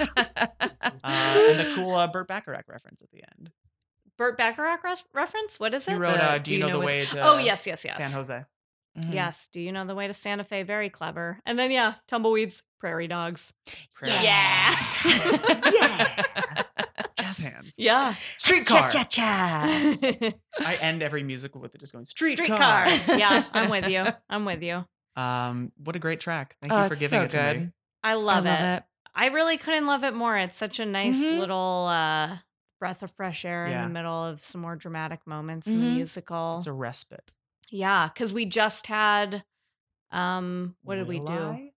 C: uh, and the cool uh, Burt Bacharach reference at the end.
B: Burt Bacharach res- reference? What is
C: He
B: it?
C: wrote,
A: the-
C: uh, "Do you know, the
A: what-
C: way to
B: oh, yes, yes, yes.
C: San Jose?"
A: Mhm.
B: Yes. Do you know the way to Santa Fe? Very clever. And then, yeah, tumbleweeds, prairie dogs.
C: Prairie-
B: Yeah.
C: Jazz hands.
B: yeah.
C: Streetcar.
A: cha.
B: Streetcar.
C: I end every musical with it just going
B: Streetcar.
C: streetcar.
B: yeah, I'm with you. I'm with you.
C: Um, what a great track! Thank
A: Oh,
C: you for
A: it's
C: giving
A: so
C: it to me.
A: good.
B: I love,
A: I
B: it. I really couldn't love it more. It's such a nice
A: Mhm.
B: little uh, breath of fresh air in
C: Yeah.
B: the middle of some more dramatic moments in the
A: Mhm.
B: musical.
C: It's a respite.
B: yeah, because we just had. Um, what did we
C: Will
B: do?
C: I?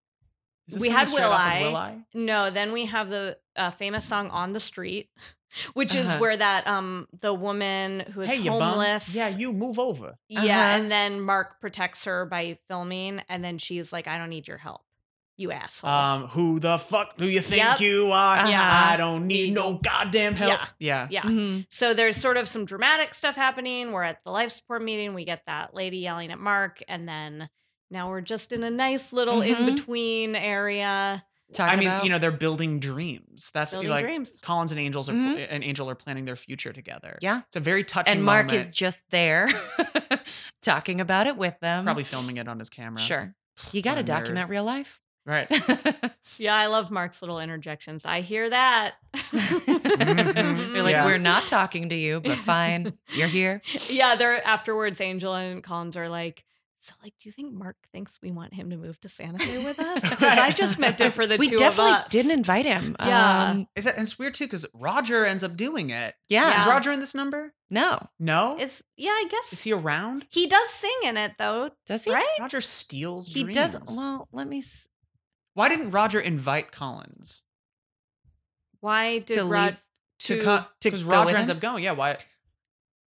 C: Is this
B: We
C: coming
B: had
C: straight
B: Will
C: off of
B: I.
C: Will I?
B: No, then we have the uh, famous song "On the Street," which is
A: Uh-huh.
B: where that um the woman who is
C: Hey, you
B: homeless.
C: bum. Yeah, you move over.
B: yeah,
A: Uh-huh.
B: and then Mark protects her by filming, and then she's like, "I don't need your help, you asshole."
C: Um, who the fuck do you think
B: Yep.
C: you are?
A: Uh-huh.
B: Yeah.
C: I don't need no goddamn help. Yeah.
B: yeah.
A: Mhm.
B: So there's sort of some dramatic stuff happening. We're at the life support meeting. We get that lady yelling at Mark, and then now we're just in a nice little
A: Mhm.
C: Mm-hmm.
B: in between area.
A: Talking
C: I mean,
A: about-
C: you know, they're building dreams. That's
B: Building
C: like
B: dreams.
C: Collins and Angels are
A: Mhm.
C: and Angel are planning their future together.
A: Yeah.
C: It's a very touching
A: and Mark
C: moment.
A: is just there talking about it with them.
C: probably filming it on his camera. Mm-hmm.
A: Sure. You got
C: What
A: to
C: a nerd.
A: document real life.
C: Right.
B: Yeah, I love Mark's little interjections. I hear that.
A: They're like,
C: Yeah.
A: we're not talking to you, but fine, you're here.
B: yeah, they're afterwards. Angel and Collins are like, so like, do you think Mark thinks we want him to move to Santa Fe with us? Because I just meant it for the
A: we
B: two
A: definitely
B: of us.
A: didn't invite him.
B: Yeah.
A: Um,
C: Is that- and it's weird too because Roger ends up doing it.
A: yeah.
B: Yeah.
C: Is Roger in this number?
A: No.
C: No. Is,
B: It's yeah, I guess he-,
C: he around?
B: does sing in it though,
A: Does he?
B: right?
C: Roger steals
A: He
C: dreams.
A: doesn't. Well, let me. s-
C: Why didn't Roger invite Collins
B: Why did
A: To
B: Rod
A: leave-
C: to
A: To-
C: come?
A: to
C: Because
A: go
C: Roger
A: with
C: ends
A: him?
C: up going. Yeah. Why?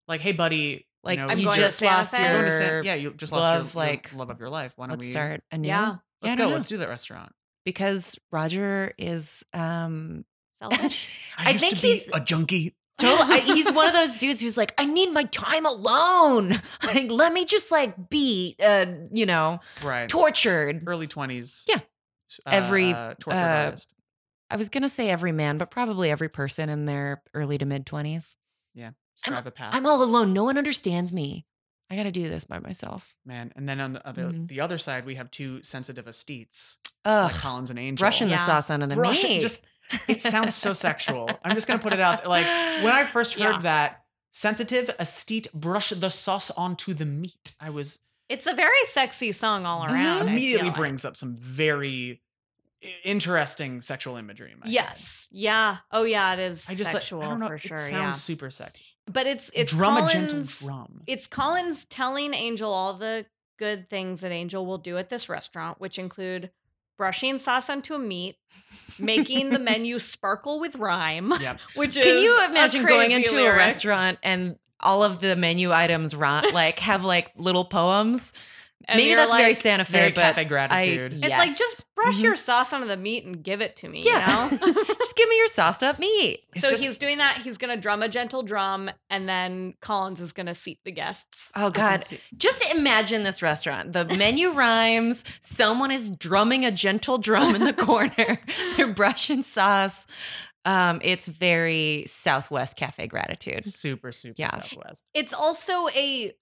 C: Like, hey, buddy.
A: Like,
C: you, know,
B: I'm
A: you
B: going to
A: just
B: Santa
A: lost
B: Fe.
C: You're
A: your.
C: going to San- yeah, you just lost
A: love,
C: your,
A: like-
C: your love of your life. Why don't
A: Let's
C: we
A: start a new
B: Yeah.
A: one. Yeah, I
C: Let's
A: don't
C: go.
A: know.
C: Let's do that restaurant.
A: Because Roger is. um
B: Selfish.
A: I think he's-
C: a junkie.
A: Total, I, he's one of those dudes who's like, I need my time alone. Like, let me just like be, uh, you know,
C: Right.
A: tortured.
C: Early twenties.
A: Yeah.
C: Uh,
A: Every,
C: uh, tortured
A: uh,
C: artist.
A: I was gonna say every man, but probably every person in their early to mid twenties. I'm-
C: Strive a path.
A: I'm all alone. No one understands me. I gotta do this by myself.
C: man. And then on the other
A: Mhm.
C: the other side, we have two sensitive estates,
A: Ugh,
C: like Collins and Angel.
A: Russian
B: Yeah.
A: the sauce on the
C: Rush it-
A: meat.
C: Just it sounds so sexual. I'm just gonna put it out there. like when I first heard
B: Yeah.
C: that sensitive estate brush the sauce onto the meat. I was
B: It's a very sexy song all
A: Mhm.
B: around. I feel
C: Mm-hmm. immediately
B: like.
C: brings up some very i- interesting sexual imagery. In my head.
B: Yes. Yeah. Oh yeah, it is
C: I just like,
B: sexual
C: I don't know.
B: for
C: it
B: sure.
C: sounds
B: yeah.
C: super sexy.
B: But it's it's
C: drum
B: Collins,
C: a gentle drum.
B: It's Collins telling Angel all the good things that Angel will do at this restaurant, which include brushing sauce onto a meat, making the menu sparkle with rhyme,
C: Yep.
B: which is
A: Can you
B: a
A: imagine going
B: crazy
A: into
B: lyric.
A: a restaurant and all of the menu items ron- like have like little poems?
B: And
A: Maybe
B: you're
A: that's very
B: like-
A: Santa Fe,
C: Very
A: but
C: cafe
A: I-
C: gratitude.
B: It's like just brush your sauce onto the meat and give it to me,
A: yeah,
B: you know?
A: just give me your sauced up meat.
C: It's
B: so
C: just-
B: he's doing that. He's going to drum a gentle drum, and then Collins is going to seat the guests.
A: Oh God! Just imagine this restaurant. The menu rhymes. Someone is drumming a gentle drum in the corner. They're brushing sauce. Um, it's very Southwest Cafe gratitude.
C: super super
A: Yeah.
C: Southwest.
B: It's also a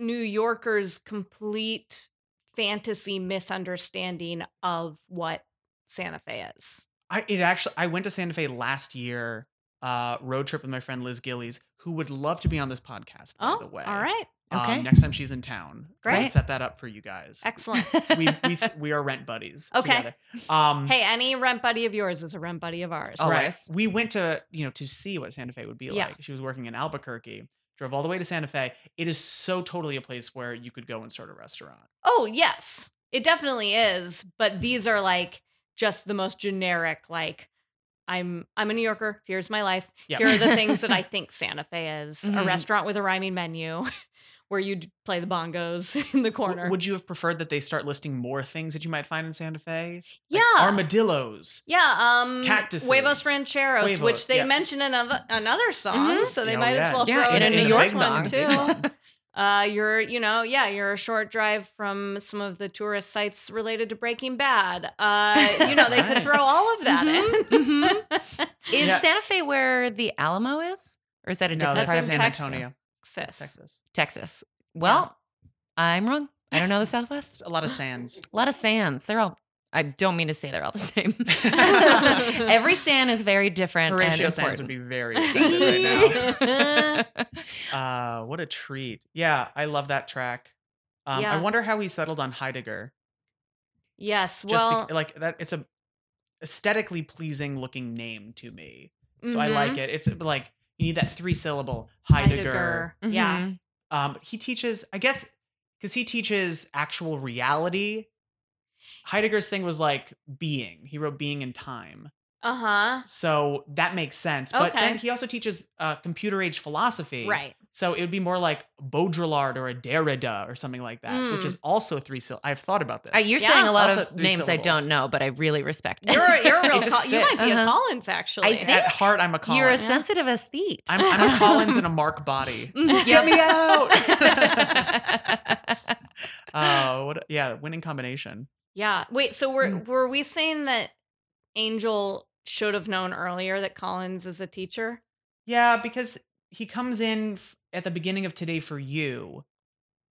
B: New Yorker's complete fantasy misunderstanding of what Santa Fe is.
C: I it actually I went to Santa Fe last year, uh, road trip with my friend Liz Gillies, who would love to be on this podcast.
B: Oh,
C: by the way,
B: all right.
C: Um,
A: Okay.
C: next time she's in town, I can
B: Great.
C: set that up for you guys.
B: Excellent.
C: we, we s- we are rent buddies.
B: Okay.
C: together. Um,
B: hey, any rent buddy of yours is a rent buddy of ours.
A: Oh,
C: right.
A: Always.
C: We went to you know to see what Santa Fe would be
B: Yeah.
C: like. She was working in Albuquerque. Drove all the way to Santa Fe. It is so totally a place where you could go and start a restaurant.
B: Oh, yes. It definitely is, but these are like just the most generic like I'm I'm a New Yorker, here's my life.
C: Yeah. Mm-hmm.
B: Here are the things that I think Santa Fe is. A
A: Mhm.
B: restaurant with a rhyming menu where you play the bongos in the
C: W-
B: corner.
C: Would you have preferred that they start listing more things that you might find in Santa Fe?
B: yeah.
C: Like armadillos.
B: yeah, um
C: Cactuses.
B: huevos rancheros,
C: Huevo,
B: which they
C: yeah.
B: mention in another, another song, so they
C: Oh,
B: might as
C: yeah.
B: well
A: Mm-hmm. Yeah,
B: throw
A: in
B: it
A: a
B: in
A: New
B: this
A: York
B: one
A: song.
B: too. Uh, you're, you know, yeah, you're a short drive from some of the tourist sites related to Breaking Bad. Uh, you know, they could
C: Right.
B: throw all of that
A: Mm-hmm.
B: in.
A: Is
C: Yeah.
A: Santa Fe where the Alamo is, or is that a
C: No,
A: different
C: that's
A: part of
C: San
A: Texas?
C: Antonio,
B: Sis.
C: Texas.
A: Texas. Well, I'm wrong. I don't know the Southwest.
C: It's a lot of sands.
A: A lot of sands. They're all. I don't mean to say they're all the same. Every sand is very different.
C: Horatio
A: and
C: Sands
A: important.
C: would be very offended
B: now.
C: right now. Uh, what a treat! Yeah, I love that track. Um,
B: Yeah.
C: I wonder how he settled on Heidegger.
B: Yes.
C: Just
B: Well,
C: bec- like that, it's a aesthetically pleasing looking name to me, so I
B: mm-hmm.
C: like it. It's like you need that three syllable Heidegger.
B: Yeah.
A: Mhm.
C: Um, but he teaches, I guess, because he teaches actual reality. Heidegger's thing was like being. He wrote being and
A: Mm-hmm.
C: time.
B: Uh huh.
C: So that makes sense. But then
B: Okay.
C: he also teaches uh, computer age philosophy.
B: Right.
C: So it would be more like Baudrillard or a Derrida or something like that, which
B: Mm.
C: is also three syllables. I've thought about this.
A: Uh, you're
B: Yeah.
A: saying a lot
C: Also
A: of
C: three
A: names I
C: syllables.
A: don't know, but I really respect. it.
B: You're a, you're a real.
C: It just
B: Col- you might
C: fits.
B: be a
A: Uh-huh.
B: Collins, actually.
A: I
C: At heart, I'm a Collins.
A: You're a
B: Yeah.
A: sensitive aesthete.
C: I'm, I'm a Collins in a Mark body.
A: Mhm.
C: Get me out!
A: Yep.
C: oh, what a- yeah, winning combination.
B: Yeah. Wait. So were
A: Mm.
B: were we saying that Angel should have known earlier that Collins is a teacher?
C: Yeah, because he comes in f- at the beginning of today for you,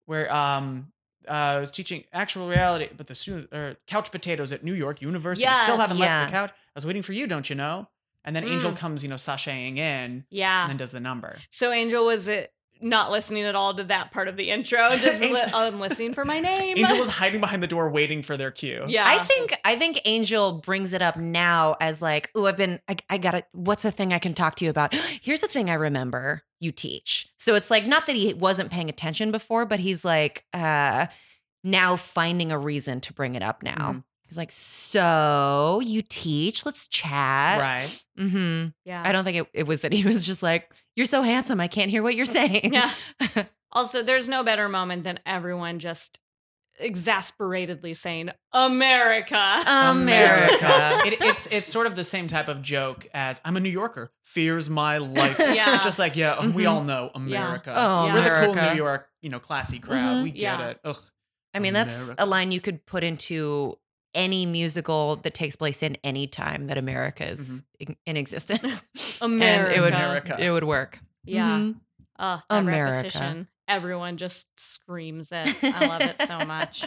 C: where um uh, I was teaching actual reality, but the student or couch potatoes at New York University still
B: Yes.
C: haven't left
A: Yeah.
C: the couch. I was waiting for you, don't you know? And then Angel comes, you know, sashaying in and
B: Mm. Yeah.
C: then does the number.
B: so Angel was it not listening at all to that part of the intro? Just li-
C: Angel-
B: I'm listening for my name.
C: Angel was hiding behind the door waiting for their cue.
B: yeah.
A: I think I think Angel brings it up now as like, oh, I've been I, I gotta what's a thing I can talk to you about? Here's a thing I remember you teach. So it's like not that he wasn't paying attention before, but he's like uh now finding a reason to bring it up now.
C: Mhm.
A: He's like, so you teach, let's chat.
C: Right.
A: Mm-hmm.
B: Yeah.
A: I don't think it, it was that he was just like, You're so handsome, I can't hear what you're saying.
B: Yeah. Also, there's no better moment than everyone just exasperatedly saying America.
A: America.
C: it, it's it's sort of the same type of joke as I'm a New Yorker. Fears my life.
B: Yeah. Mm-hmm.
C: Just like, yeah, we
A: Mhm.
C: all know America.
A: Oh,
B: Yeah.
C: We're the cool
A: America.
C: New York, you know, classy crowd.
A: Mhm.
C: We get
B: Yeah.
C: it. Ugh.
A: I mean, that's a
C: America.
A: line you could put into any musical that takes place in any time that America is in, in existence. And it would
C: Mm-hmm. America.
A: it would work.
B: Yeah.
A: Mhm.
B: Uh, that
A: America.
B: repetition. Everyone just screams it. I love it so much.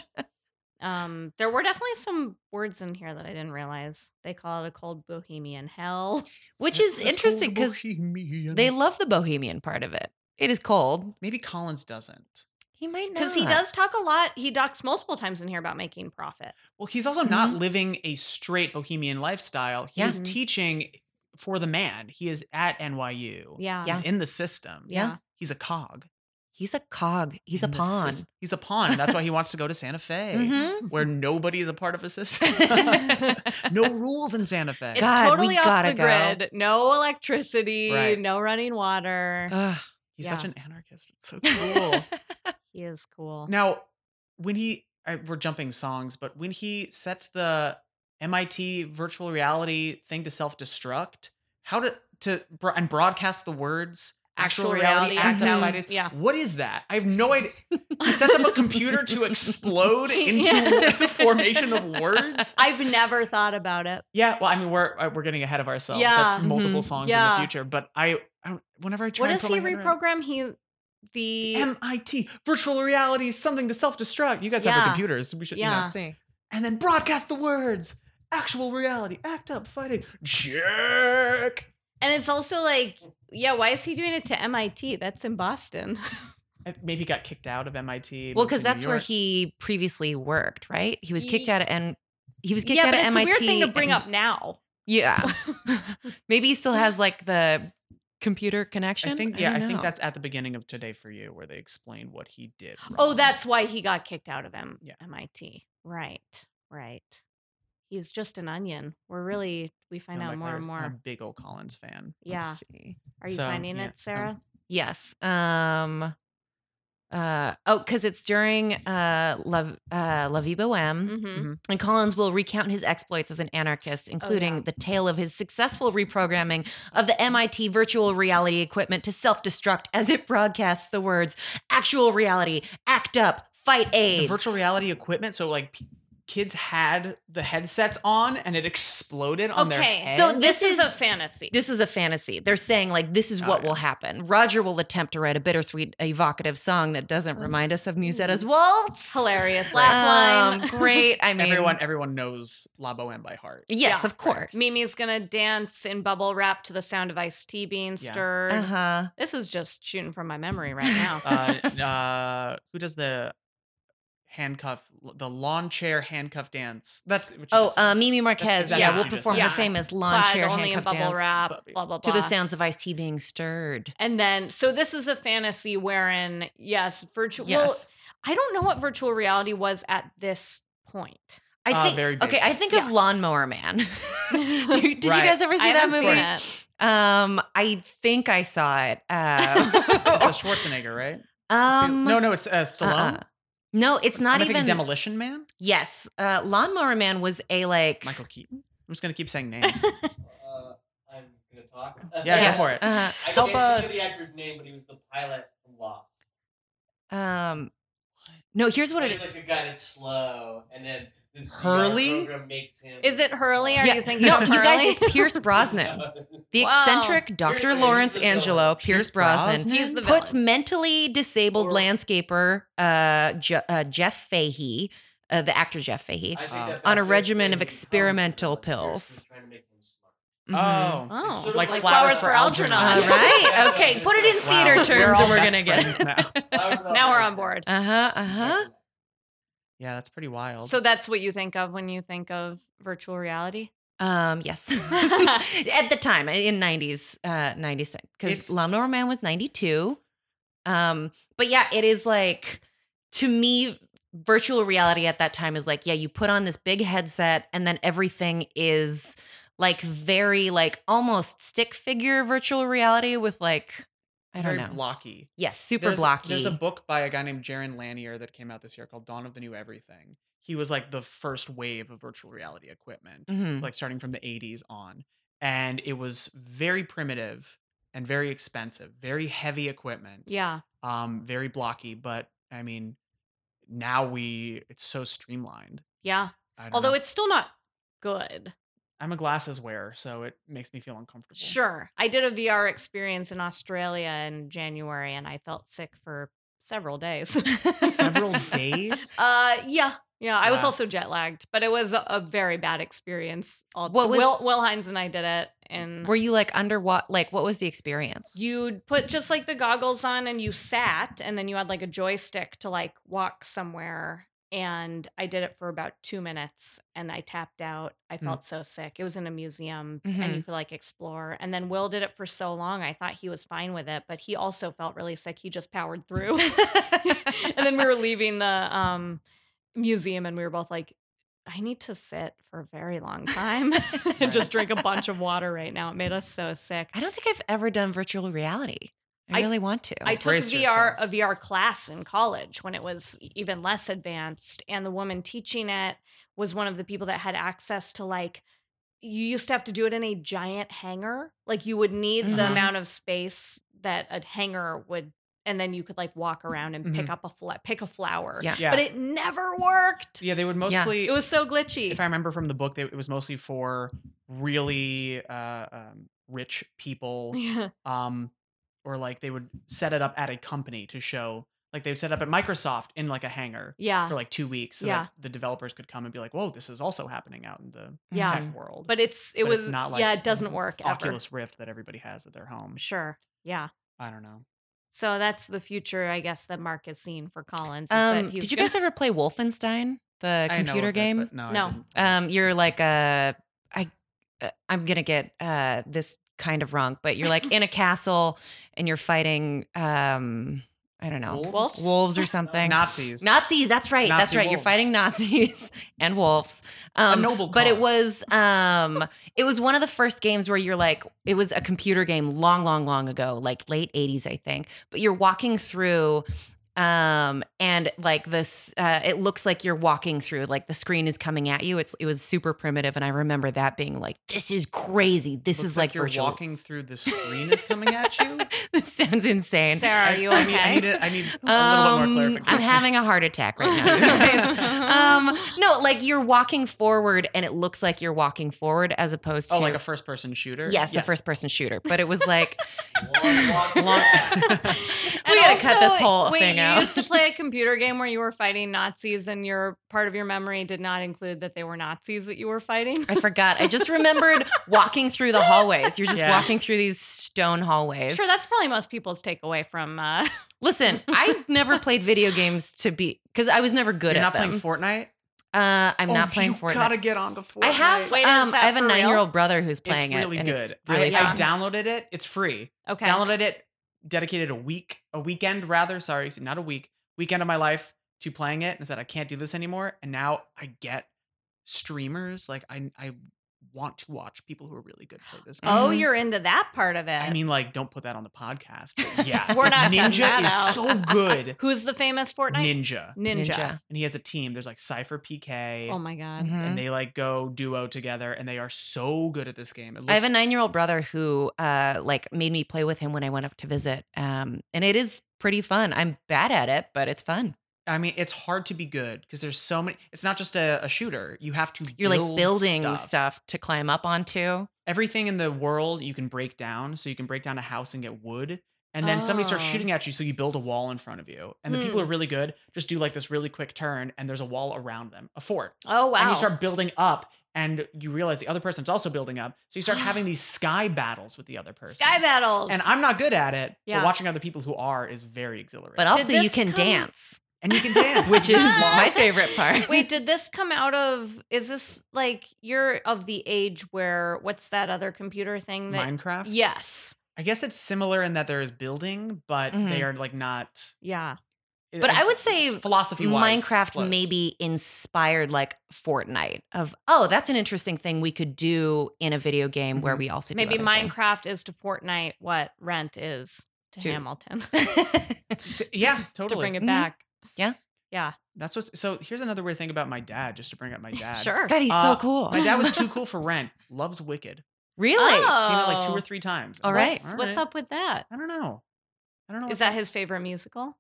B: Um, there were definitely some words in here that I didn't realize. They call it a cold bohemian hell.
A: Which is
C: It's
A: interesting
C: called
A: because
C: Bohemian.
A: they love the bohemian part of it. It is cold.
C: maybe Collins doesn't.
A: He might not.
B: Because he does talk a lot. He talks multiple times in here about making profit.
C: Well, he's also not living a straight Bohemian lifestyle.
A: Mm-hmm.
C: He
A: Yeah.
C: is teaching for the man. He is at NYU.
B: Yeah.
C: He's in the system.
A: Yeah.
C: He's a cog.
A: He's a cog. He's
C: in
A: a
C: the
A: pawn.
C: sys- He's a pawn. and That's why he wants to go to Santa Fe,
A: Mhm.
C: where nobody is a part of a system. no rules in Santa Fe.
B: It's
A: God, we
B: totally off
A: gotta
B: the
A: go.
B: grid. No electricity,
C: Right.
B: no running water.
A: Ugh.
C: He's such
B: yeah.
C: an anarchist. It's so cool.
B: he is cool.
C: Now, when he I, we're jumping songs, but when he sets the MIT virtual reality thing to self-destruct, how to to bro- and broadcast the words actual, reality, act
A: out.
C: out. Fighters,
B: Yeah.
C: What is that? I have no idea. He sets up a computer to explode into
B: Yeah.
C: the formation of words.
B: I've never thought about it.
C: Yeah, well, I mean, we're uh, we're getting ahead of ourselves.
B: Yeah. mm-hmm.
C: That's multiple
A: Mhm.
C: songs in
B: Yeah.
C: the future. But I, I don't- whenever I try,
B: What
C: and
B: does
C: put
B: he
C: my head around-
B: reprogram? He the
C: MIT virtual reality is something to self-destruct. You guys have
B: Yeah.
C: the computers. We should, you
B: Yeah.
C: know. And then broadcast the words. Actual reality. Act up. Fighting. Jerk.
B: and it's also like, yeah, why is he doing it to MIT? That's in Boston.
C: Uh, Maybe he got kicked out of MIT.
A: Well,
C: moved to
A: because
C: New
A: that's where
C: York.
A: he previously worked, right? He was kicked
B: Ye-
A: out of and he was kicked
B: yeah,
A: out
B: but
A: of
B: it's
A: MIT.
B: a weird thing to bring
A: and-
B: up now.
A: Yeah. Maybe he still has like the computer connection.
C: I think yeah, I,
A: don't
C: think
A: know.
C: that's at the beginning of today for you, where they explain what he did.
B: Oh,
C: wrong.
B: that's why he got kicked out of M-
C: Yeah.
B: MIT. Right, right. He's just an onion. We're really we find
C: No,
B: out
C: my
B: more and
C: players. I'm a
B: more.
C: big old Collins fan.
A: Let's
B: Yeah.
A: see.
B: Are you
C: So,
B: finding
C: yeah,
B: it, Sarah?
A: Yes. Um Uh, oh, because it's during uh, La, uh, La Vie Boheme,
B: Mm-hmm.
A: and Collins will recount his exploits as an
C: Oh,
A: anarchist, including the tale of his successful reprogramming of the MIT virtual reality equipment to self destruct as it broadcasts the words actual reality, act up, fight AIDS.
C: the virtual reality equipment. So like p- kids had the headsets on and it exploded on their
B: Okay,
C: head.
A: so
B: This, is, a
A: is-
B: fantasy.
A: This is a fantasy. They're saying, like, this is
C: Oh,
A: what
C: yeah.
A: will happen. Roger will attempt to write a bittersweet, evocative song that doesn't remind us of Musetta's waltz.
B: Oh, Hilarious laugh
A: Um,
B: line.
A: great. I mean,
C: everyone everyone knows La Boheme by heart.
A: Yes,
B: Yeah.
A: of course.
B: Mimi's gonna dance in bubble wrap to the sound of iced tea being
C: Yeah.
B: stirred.
A: Uh huh.
B: This is just shooting from my memory right now.
C: Uh, uh, who does the handcuff the lawn chair handcuff dance? That's what you
A: Oh,
C: just said.
A: uh, Mimi Marquez.
C: exactly
A: yeah,
B: what
A: will
B: you
C: just
A: perform
B: said.
A: her
B: Yeah.
A: famous lawn
B: Plaid
A: chair
B: only in
A: handcuff
B: bubble
A: dance
B: wrap.
C: Bubby.
B: Blah blah blah.
A: to the sounds of iced tea being stirred.
B: And then, so this is a fantasy wherein, yes, virtual.
A: Yes.
B: Well, I don't know what virtual reality was at this point.
A: I
C: Uh,
A: think
C: very
A: okay. I
C: basic.
A: think
B: Yeah.
A: of Lawnmower Man. Did you
C: Right.
A: guys ever see
B: I
A: that
B: haven't
A: movie?
B: seen it.
A: Um, I think I saw it. Uh,
C: it's a Schwarzenegger, right?
A: um,
C: no, no, it's uh, Stallone.
A: uh-uh. no, it's not
C: Am I thinking
A: even.
C: Demolition Man.
A: yes, uh, Lawnmower Man was a like.
C: Michael Keaton. I'm just gonna keep saying names.
D: Uh, I'm gonna talk.
C: Yeah,
A: yes, uh,
C: go for it.
D: I
C: Help
D: can't
C: us.
D: think of the actor's name, but he was the pilot from Lost.
A: uh-huh. Um, no, here's what it
D: He's
A: is.
D: like a guy that's slow, and then this VR
C: Hurley?
D: program makes him.
B: Is it Hurley? Are
A: Yeah,
B: you thinking
A: no,
B: of
A: you
B: Hurley?
A: guys, it's Pierce Brosnan. The
B: Wow.
A: eccentric Dr.
D: Here's-
A: Lawrence
D: here's the villain.
A: Angelo, Pierce,
C: Pierce
A: Brosnan,
C: Brosnan?
B: He's the
A: puts
B: villain.
A: mentally disabled
D: Or-
A: landscaper uh, Je- uh, Jeff Fahey, uh, the actor Jeff Fahey,
D: I think
C: Um,
D: that
A: on a
D: Dr.
A: regimen of
D: Fahey comes
A: experimental
D: from the person
A: pills.
D: trying to make him smart.
A: Mhm.
C: Oh,
B: Oh.
D: It's sort of
C: like,
D: like
C: flowers, for Algernon.
A: All
D: Yeah.
A: right. Okay. Put it in
D: Wow.
A: theater
D: We're
A: terms,
C: all
A: and we're
C: best
A: gonna get
C: friends
A: it.
C: now.
D: Flowers of
B: now we're
D: Algernon.
B: on board.
A: Uh huh. Uh huh.
C: Uh-huh. Yeah, that's pretty wild.
B: So that's what you think of when you think of virtual reality.
A: Um. Yes. At the time, in nineties, uh, nineties, because
C: It's-
A: Lawnmower Man was ninety two. Um. But yeah, it is like to me, virtual reality at that time is like yeah, you put on this big headset, and then everything is like very like almost stick figure virtual reality with like I don't
C: Very
A: know.
C: blocky.
A: yes, super
C: There's-
A: blocky.
C: There's a book by a guy named Jaron Lanier that came out this year called Dawn of the New Everything. He was like the first wave of virtual reality equipment,
B: Mm-hmm.
A: Mhm.
C: like starting from the 80s on. And it was very primitive and very expensive, very heavy equipment,
B: Yeah.
C: um, very blocky. But I mean, now we, it's so streamlined.
B: Yeah.
C: I don't
B: Although
C: know.
B: it's still not good.
C: I'm a glasses wearer, so it makes me feel uncomfortable.
B: Sure. I did a VR experience in Australia in January and I felt sick for several days.
C: Several days?
B: Uh, yeah. Yeah, I was
C: Wow.
B: also jet lagged, but it was a, a very bad experience. All
A: What was-
B: Will, Will Hines and I did it, and
A: Were you like underwater? Like, what was the experience?
B: you put just like the goggles on and you sat, and then you had like a joystick to like walk somewhere. And I did it for about two minutes, and I tapped out. I
C: Hmm.
B: felt so sick. It was in a museum,
A: Mhm.
B: and you could like explore. And then Will did it for so long, I thought he was fine with it, but he also felt really sick. He just powered through. and then we were leaving the um, museum and we were both like, I need to sit for a very long time and just drink a bunch of water right now. It made us so sick.
A: I don't think I've ever done virtual reality. I,
B: I-
A: really want to.
B: I took
C: brace
B: VR
C: yourself.
B: a VR class in college when it was e, even less advanced, and the woman teaching it was one of the people that had access to like you used to have to do it in a giant hangar. Like you would need the
C: Mm-hmm.
A: Mhm.
B: amount of space that a hangar would, and then you could like walk around and pick up a fla- pick a flower.
A: Yeah.
C: Mm-hmm. Yeah.
B: but it never worked.
C: yeah, they would
A: Yeah.
C: mostly.
B: It was so glitchy.
C: if I remember from the book, they, it was mostly for really uh, um, rich people,
B: yeah.
C: um, or like they would set it up at a company to show, like they would set up at Microsoft in like a hangar
B: Yeah.
C: for like two weeks, so
B: Yeah.
C: that the developers could come and be like, "Whoa, this is also happening out in the
B: Yeah.
C: tech world."
B: But it's it
C: But
B: was
C: it's not like
B: yeah, it doesn't work ever.
C: Oculus Rift that everybody has at their home.
B: Sure. Yeah.
C: I don't know.
B: So that's the future, I guess, that Mark has seen for Collins. is that
A: um,
B: he's
A: did you
B: gonna-
A: guys ever play Wolfenstein, the
C: I know
A: computer
C: of it,
A: game?
C: but no, I
B: No.
C: didn't.
A: um, you're like a, I, uh, I'm gonna get uh, this kind of wrong, but you're like in a castle and you're fighting. Um, I don't know,
B: Wolves?
A: wolves or something.
C: Nazis.
A: Nazis. That's right. that's
C: Nazi
A: right. You're
C: wolves.
A: fighting Nazis and wolves. Um,
C: noble
A: but it
C: cause.
A: was um, it was one of the first games where you're like, it was a computer game long, long, long ago, like late '80s, I think. But you're walking through Um, and like this, uh, it looks like you're walking through, like the screen is coming at you. It's it was super primitive, and I remember that being like, this is crazy. This
C: Looks
A: is like,
C: you're
A: virtual.
C: walking through the screen is coming at you.
A: this sounds insane.
B: Sarah, are you
C: I need, I need,
B: okay?
C: a, I need a little bit more
A: Um,
C: clarification.
A: I'm having a heart attack right now. you guys. um, no, like you're walking forward, and it looks like you're walking forward as opposed to
C: oh, like a first person shooter.
A: yes, a first person shooter. But it was like
D: Long walk back.
A: we gotta cut this whole
B: wait,
A: thing
B: you
A: out.
B: used to play a computer game where you were fighting Nazis, and your part of your memory did not include that they were Nazis that you were fighting.
A: I forgot. I just remembered walking through the hallways. You're just
C: Yeah.
A: walking through these stone hallways.
B: Sure, that's probably most people's takeaway from. Uh,
A: Listen, I never played video games to be because I was never good
C: You're
A: at
C: not
A: them.
C: playing Fortnite.
A: uh, I'm not
C: Oh,
A: playing
C: you
A: Fortnite.
C: Gotta get onto Fortnite.
A: I have.
B: Wait, is
A: um,
B: that
A: I have a
B: for real?
A: nine-year-old brother who's playing
C: it's really
A: it, and
C: good.
A: it's really
C: I, I
A: fun.
C: downloaded it. It's free.
B: okay,
C: Downloaded it. Dedicated a week, a weekend rather. Sorry, not a week. Weekend of my life to playing it, and said I can't do this anymore. And now I get streamers. Like I, I want to watch people who are really good play this game.
B: oh,
A: Mhm.
B: you're into that part of it.
C: I mean, like, don't put that on the podcast. But yeah,
B: We're not cutting
C: Ninja
B: that
C: is
B: out.
C: so good.
B: who's the famous Fortnite
C: Ninja,
B: ninja?
A: Ninja.
C: and he has a team. There's like Cipher PK,
B: Oh my god.
A: Mhm.
C: and they like go duo together, and they are so good at this game. It looks
A: I have a nine-year-old brother who, uh, like, made me play with him when I went up to visit, um, and it is pretty fun. I'm bad at it, but it's fun.
C: I mean, it's hard to be good because there's so many. It's not just a, a shooter. You have to.
A: You're
C: build
A: like building stuff. to climb up onto.
C: Everything in the world you can break down. So you can break down a house and get wood, and then somebody starts
B: Oh.
C: shooting at you. So you build a wall in front of you, and the people who are really good just do like this really quick turn, and there's a wall around them, a fort,
B: Oh wow.
C: and you start building up. And you realize the other person's also building up, so you start having these sky battles with the other person.
B: sky battles.
C: And I'm not good at it,
B: Yeah.
C: but watching other people who are is very exhilarating.
A: But also, you
B: this
A: can
B: come-
A: dance,
C: and you can dance,
A: which is
C: Lots.
A: my favorite part.
B: Wait, did this come out of? Is this like you're of the age where what's that other computer thing that?
C: Minecraft.
B: Yes.
C: I guess it's similar in that there is building, but they
A: Mhm.
C: are like not. eh,
B: Yeah.
A: But I would say
C: philosophy wise,
A: Minecraft maybe inspired like Fortnite of oh that's an interesting thing we could do in a video game where
C: Mhm.
A: we also do
B: Maybe
A: other things.
B: Minecraft is to Fortnite what rent is to,
A: To-
B: Hamilton.
C: yeah,
B: to
C: totally.
B: bring it
A: Mhm.
B: back.
C: That's what's so. Here's another weird thing about my dad. Just to bring up my dad.
B: Sure.
A: God, he's
C: Uh,
A: so cool.
C: My dad was too cool for Rent. Loves Wicked.
A: really.
B: Oh.
C: Seen it like two or three times.
A: All
C: I'm
A: right.
C: like,
B: What's,
C: all
B: what's
C: right.
B: up with that?
C: I don't know. I don't know.
B: Is
C: what's
B: that
C: up.
B: his favorite musical?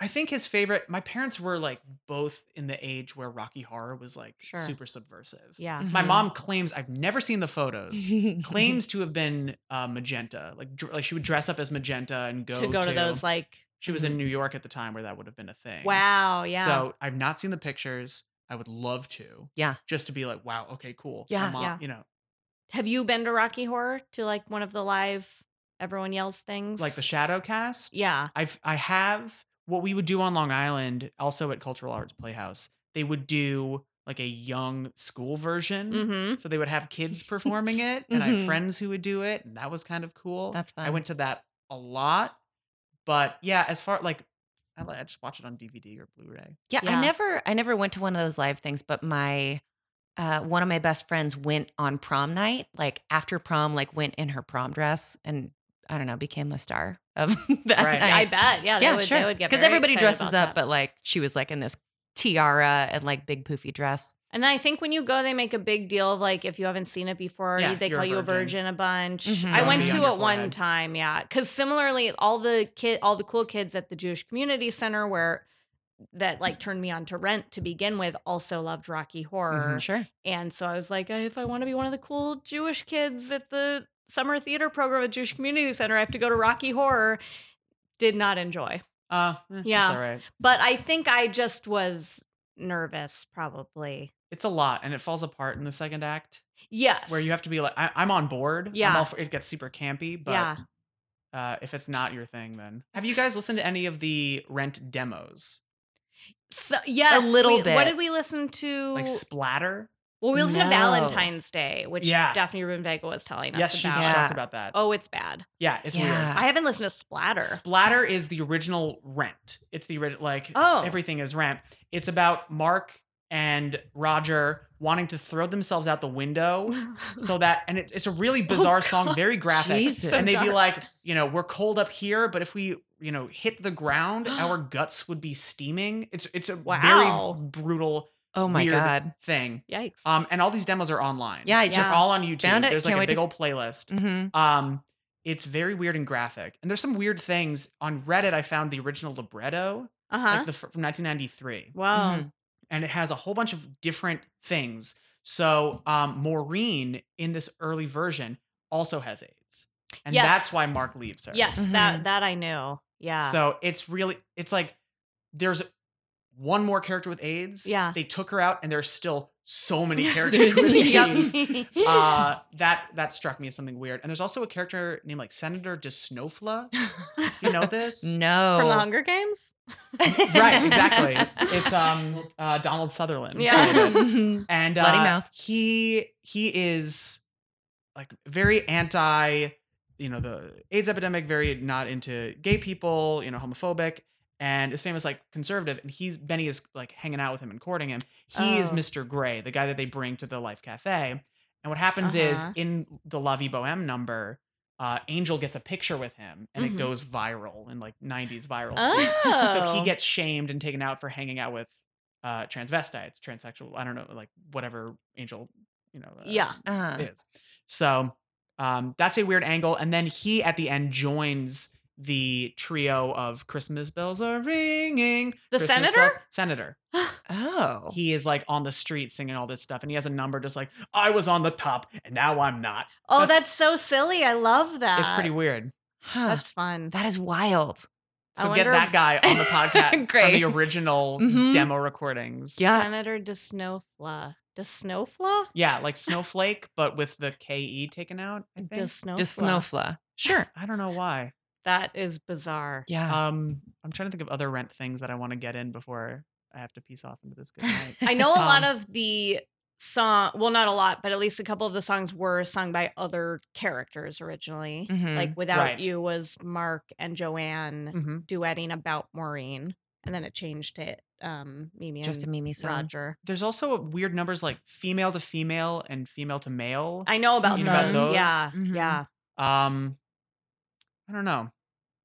C: I think his favorite. My parents were like both in the age where Rocky Horror was like
B: Sure.
C: super subversive.
B: Yeah.
A: Mhm.
C: My mom claims I've never seen the photos.
B: Mm-hmm.
C: claims to have been uh, magenta. Like, dr- like she would dress up as magenta and go
B: to go to those like mm-hmm.
C: she was in New York at the time where that would have been a thing.
B: wow, yeah.
C: So I've not seen the pictures. I would love to.
A: Yeah.
C: Just to be like, wow, okay, cool. My
A: Yeah.
C: mom-
B: Yeah.
C: You know,
B: Have you been to Rocky Horror to like one of the live everyone yells things?
C: like the shadow cast.
B: Yeah.
C: I've I have what we would do on Long Island, also at Cultural Arts Playhouse. They would do like a young school version.
B: Mhm.
C: So they would have kids performing it, and I had
B: Mm-hmm.
A: Mhm.
C: friends who would do it, and that was kind of cool.
A: That's
C: I
A: fun.
C: went to that a lot, but yeah, as far like I, li- I just watch it on DVD or Blu-ray.
A: yeah,
B: Yeah.
A: I never I never went to one of those live things, but my uh, one of my best friends went on prom night, like after prom, like went in her prom dress and I don't know, became the star of that.
C: Right.
B: I,
A: night.
B: bet. Yeah, they
A: yeah,
B: would,
A: sure.
B: they would get
A: because
B: very
A: everybody
B: excited
A: dresses up,
B: about that.
A: but like she was like in this tiara and like big poofy dress.
B: And then I think when you go, they make a big deal of like if you haven't seen it before,
C: Yeah,
B: they
C: you're
B: call
C: a
B: you a
C: virgin. Mm-hmm.
B: virgin a bunch.
A: Mhm.
B: I
A: Don't
B: went
A: be
B: to
C: on
B: it
C: your
B: one
C: forehead.
B: time, yeah, because similarly, all the kid, all the cool kids at the Jewish Community Center where that like turned me on to Rent to begin with also loved Rocky Horror,
C: Mm-hmm.
A: Sure.
B: and so I was like, if I want to be one of the cool Jewish kids at the summer theater program at Jewish Community Center, I have to go to Rocky Horror. Did not enjoy,
C: Uh, eh,
B: Yeah.
C: it's all right.
B: but I think I just was nervous, probably.
C: It's a lot, and it falls apart in the second act
B: Yes,
C: where you have to be like, I- I'm on board. I'm
B: Yeah.
C: all for- it gets super campy, but
B: yeah.
C: uh, if it's not your thing, then have you guys listened to any of the Rent demos,
B: So yes,
A: little
B: we- What
A: bit.
B: did we listen to?
C: like Splatter?
B: well, we listened to
A: No.
B: Valentine's Day, which
C: Yeah.
B: Daphne Rubin was telling us
C: Yes, she
B: about.
A: Yeah.
C: talked about that.
B: Oh, it's bad.
C: Yeah, it's weird.
A: Yeah.
B: I haven't listened to Splatter.
C: Splatter is the original Rent. It's the original, like
B: Oh.
C: everything is Rent. It's about Mark and Roger wanting to throw themselves out the window so that, and it, it's a really bizarre song, very graphic.
A: Oh, Jesus.
C: and they'd be
B: dark.
C: like, you know, we're cold up here, but if we you know, hit the ground, our guts would be steaming. It's it's a
B: Wow.
C: very brutal
A: Oh my
C: weird
A: god.
C: thing.
B: Yikes.
A: Uh,
C: Um, and all these demos are online.
A: Yeah, I
C: They're
A: just-
C: all on YouTube.
A: found it.
C: There's
A: Can't
C: like
A: wait
C: a big
A: to-
C: old playlist.
A: hmm
C: Um, it's very weird and graphic. And there's some weird things on Reddit. I found the original libretto,
B: uh huh.
C: like the fir- from 1993,
B: Wow.
A: mm-hmm.
C: and it has a whole bunch of different things. So, um, Maureen in this early version also has AIDS, and
B: Yes.
C: that's why Mark leaves her.
B: Yes,
A: Mhm.
B: that that I knew. Yeah.
C: So it's really it's like there's one more character with AIDS.
B: Yeah.
C: They took her out, and there's still so many characters with
A: Yep.
C: AIDS. Uh, that that struck me as something weird. And there's also a character named like Senator DeSnowfla. You know this?
A: No.
B: From the Hunger Games?
C: Right, exactly. It's um uh, Donald Sutherland.
B: Yeah.
A: Mm-hmm.
B: Mm-hmm.
C: And uh,
A: Bloody mouth.
C: he he is like very anti, you know, the AIDS epidemic, very not into gay people, you know, homophobic, and is famous like conservative. And he's Benny is like hanging out with him and courting him. He is
B: Oh.
C: Mr. Gray, the guy that they bring to the Life Cafe. And what happens is
B: Uh-huh.
C: in the La Vie Boheme number, uh, Angel gets a picture with him, and
B: Mhm.
C: it goes viral in like '90s viral speak.
B: oh.
C: So he gets shamed and taken out for hanging out with uh, transvestites, transsexual. I don't know, like whatever angel, you know, uh,
B: Yeah.
A: Uh,
C: is. So um, that's a weird angle. And then he at the end joins the trio of Christmas bells are ringing.
B: The
C: Christmas
B: senator?
C: bells- senator.
A: oh.
C: He is like on the street singing all this stuff, and he has a number just like I was on the top, and now I'm not.
B: Oh,
C: that's-
B: that's, so silly. I love that.
C: it's pretty weird.
A: Huh.
B: That's fun.
A: that is wild.
B: I
C: So get
B: wonder- Mm-hmm.
C: that guy on the podcast from
A: Great.
C: the original
A: Mhm.
C: demo recordings.
A: Yeah.
B: Senator DeSnowfla. DeSnowfla?
C: Yeah, like snowflake, but with the K E taken out. I think.
B: DeSnowfla.
A: Just snowfla.
C: sure. I don't know why.
B: That is bizarre.
A: Yeah.
C: Um, I'm trying to think of other rent things that I want to get in before I have to piece off into this good night.
B: I know a lot
C: Um,
B: of the song, well, not a lot, but at least a couple of the songs were sung by other characters originally.
A: Mhm.
B: Like Without
C: Right.
B: You was Mark and Joanne
C: Mhm.
B: duetting about Maureen. And then it changed to um, Mimi
A: Just a
B: and
A: Mimi song.
B: Roger.
C: There's also weird numbers like female to female and female to male.
B: I know about,
A: You
B: those.
A: know about
C: those?
B: Yeah.
A: Mhm.
B: Yeah.
C: Um, I don't know.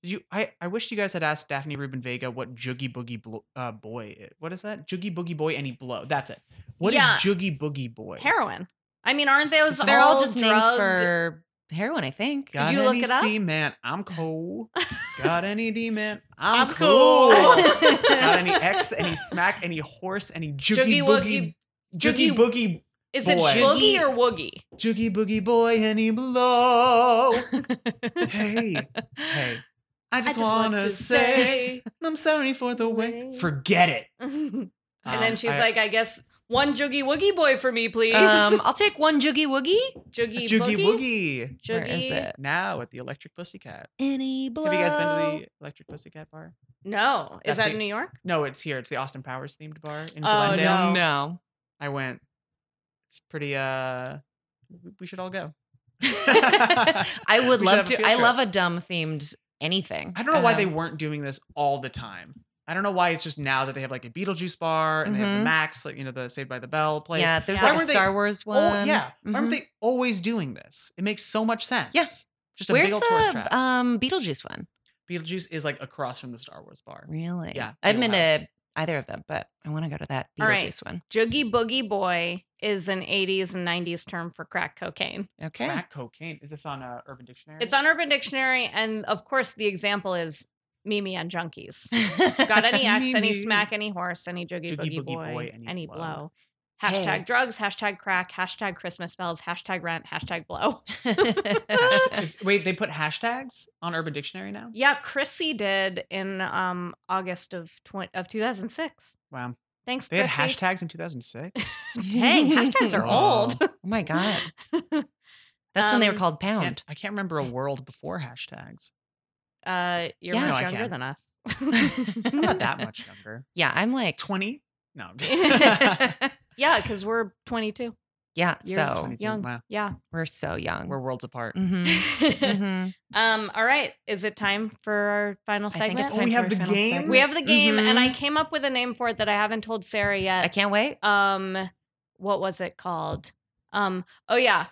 C: Did you? I, I wish you guys had asked Daphne Rubin Vega what Joogie Boogie blo- uh, Boy. Is. What is that? Joogie Boogie Boy any blow? That's it. What is
B: Yeah.
C: Joogie Boogie Boy?
B: Heroin. I mean, aren't those
A: They're all just
B: drug-
A: names for heroin, I think.
C: Got
B: you
C: any
B: look it up?
C: C man? I'm cool. Got any D man? I'm,
B: I'm
C: cool.
B: cool.
C: Got any X? Any smack? Any horse? Any joogie
B: Joogie
C: boogie?
B: woogie-
C: Joogie
B: joogie-
C: boogie.
B: Is
C: Boy.
B: it boogie or woogie?
C: Joogie boogie boy. Any blow? hey, hey. I just, wanna say I'm sorry for the way.
B: Way.
C: Forget it.
B: and
C: Um,
B: then she's
C: I-
B: like, I guess one joogie woogie boy for me, please.
A: Um, I'll take one joogie woogie.
B: joogie,
C: Joogie
B: boogie.
C: woogie.
B: Joogie.
A: Where is it?
C: Now at the Electric Pussycat.
A: Any blow.
C: Have you guys been to the Electric Pussycat bar?
B: No.
C: That's
B: Is that
C: the-
B: in New York?
C: No, it's here. It's the Austin Powers themed bar in
B: Oh,
C: Glendale.
B: no.
A: No.
C: I went. It's pretty. uh w- We should all go.
A: I would
C: We should
A: love
C: have a
A: to.
C: field
A: I
C: trip.
A: love a dumb themed anything.
C: I don't know why they
A: Um,
C: weren't doing this all the time. I don't know why it's just now that they have like a Beetlejuice bar and they have the
A: Mhm.
C: Max, like you know the Saved by the Bell place.
A: Yeah, there's
B: Why
A: like a
C: weren't they
A: Star Wars one.
C: Oh yeah, why aren't
A: Mhm.
C: they always doing this? It makes so much sense.
A: Yeah.
C: just a
A: Where's
C: big old tourist
A: the
C: trap.
A: um, Beetlejuice one?
C: Beetlejuice is like across from the Star Wars bar.
A: Really?
C: Yeah,
A: I haven't been
C: Beetlehouse.
A: to either of them, but I want to go to that
B: All right.
A: Beetlejuice one.
B: Joogie boogie boy is an 80s and 90s term for crack cocaine.
A: Okay.
C: Crack cocaine. Is this on uh, Urban Dictionary?
B: It's on Urban Dictionary. And of course, the example is Mimi and Junkies. Got any axe, any
C: Mimi.
B: smack, any horse, any joogie,
C: Joogie
B: boogie, boy, any, blow. Hashtag
A: Hey.
B: drugs, hashtag crack, hashtag Christmas bells, hashtag rent, hashtag blow.
C: It's- Wait, they put hashtags on Urban Dictionary now.
B: Yeah, Chrissy did in um August of 20, of 2006.
C: Wow,
B: Thanks,
C: they had
B: Chrissy.
C: hashtags in 2006.
B: Dang, hashtags are old.
A: Oh my god. That's when they were
B: Um,
A: called
C: I
A: Pound.
C: can't, I can't remember a world before hashtags.
B: Uh, you're
A: Yeah.
C: No,
B: much
C: I
B: younger
C: can.
B: than us.
C: I'm not that much younger.
A: Yeah, I'm like
C: Twenty? No. I'm just-
A: Yeah,
B: yeah, because we're 22. Years.
A: so
C: 22,
B: young.
C: Wow.
B: Yeah.
A: we're so young.
C: We're Mm-hmm. worlds apart.
A: Mhm. Mhm.
B: um. All right. Is it time for our final
A: I think
B: segment?
A: it's
C: Oh,
A: time
C: we
A: for
C: have
A: our
C: the
A: final
C: game?
A: segment.
B: we have the game, and I
A: Mhm.
B: came up with a name for it that I haven't told Sarah yet.
A: I can't wait.
B: um what was it called um oh yeah